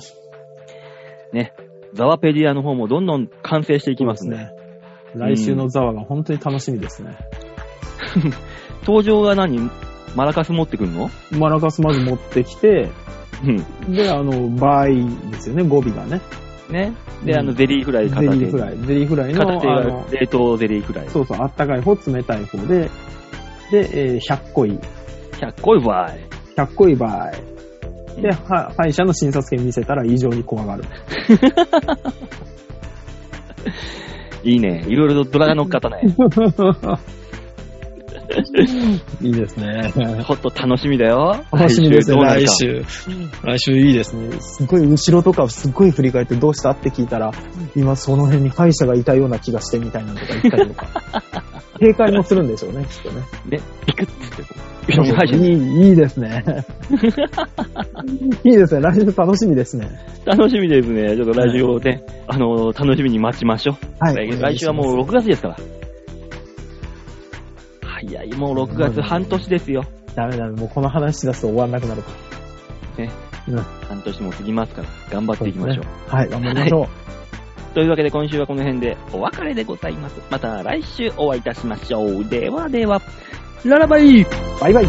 [SPEAKER 2] ザワペディアの方もどんどん完成していきますね。。
[SPEAKER 3] 来週のザワが本当に楽しみですね。
[SPEAKER 2] 登場が何マラカス持ってくんの
[SPEAKER 3] マラカスまず持ってきて、
[SPEAKER 2] うん。
[SPEAKER 3] で、あの、倍ですよね、語尾がね。
[SPEAKER 2] ね。で、あ
[SPEAKER 3] う
[SPEAKER 2] の、
[SPEAKER 3] ん
[SPEAKER 2] ゼリーフライ
[SPEAKER 3] ゼリ
[SPEAKER 2] 片手
[SPEAKER 3] ー
[SPEAKER 2] に
[SPEAKER 3] フ。ライ。ゼリーフライの、
[SPEAKER 2] 片手
[SPEAKER 3] あ
[SPEAKER 2] が
[SPEAKER 3] の、
[SPEAKER 2] 冷凍ゼリーフライ。
[SPEAKER 3] そうそう、あったかい方、冷たい方で、で、えー100個い、
[SPEAKER 2] 100個いわい。
[SPEAKER 3] 100個い倍。
[SPEAKER 2] うん
[SPEAKER 3] で、は歯医者の診察券見せたら異常に怖 がる。
[SPEAKER 2] いいね。いろいろとドラが乗っかったね。
[SPEAKER 3] いいですね。
[SPEAKER 2] ちょっと楽しみだよ。
[SPEAKER 3] 楽しみですね、来
[SPEAKER 2] 来週
[SPEAKER 3] 週。来週いいですね。すごい後ろとかすっごい振り返ってどうしたって聞いたら、今その辺に歯医者がいたような気がしてみたいなのとか言ったりとか。 警戒もするんでしょうね、きっとね。
[SPEAKER 2] どうなるか。ね、ピクッつって。よし歯医者
[SPEAKER 3] いい、いいで すね。いいですね。来週楽しみですね。
[SPEAKER 2] 楽しみですね。ちょっと来週をね、あのー、楽しみに待ちましょ
[SPEAKER 3] は
[SPEAKER 2] う。
[SPEAKER 3] い。
[SPEAKER 2] 来来週はもう6月ですから。早い、もう6月半年ですよ。
[SPEAKER 3] う。ダメダメ、もうこの話し出すと終わんなくなるから。
[SPEAKER 2] ね
[SPEAKER 3] うん。
[SPEAKER 2] 半年も過ぎますから、頑張っていきましょう。
[SPEAKER 3] はい、頑張りましょう。
[SPEAKER 2] というわけで今週はこの辺でお別れでございます。また来週お会いいたしましょう。ではでは、ララバイ
[SPEAKER 3] バイバイ。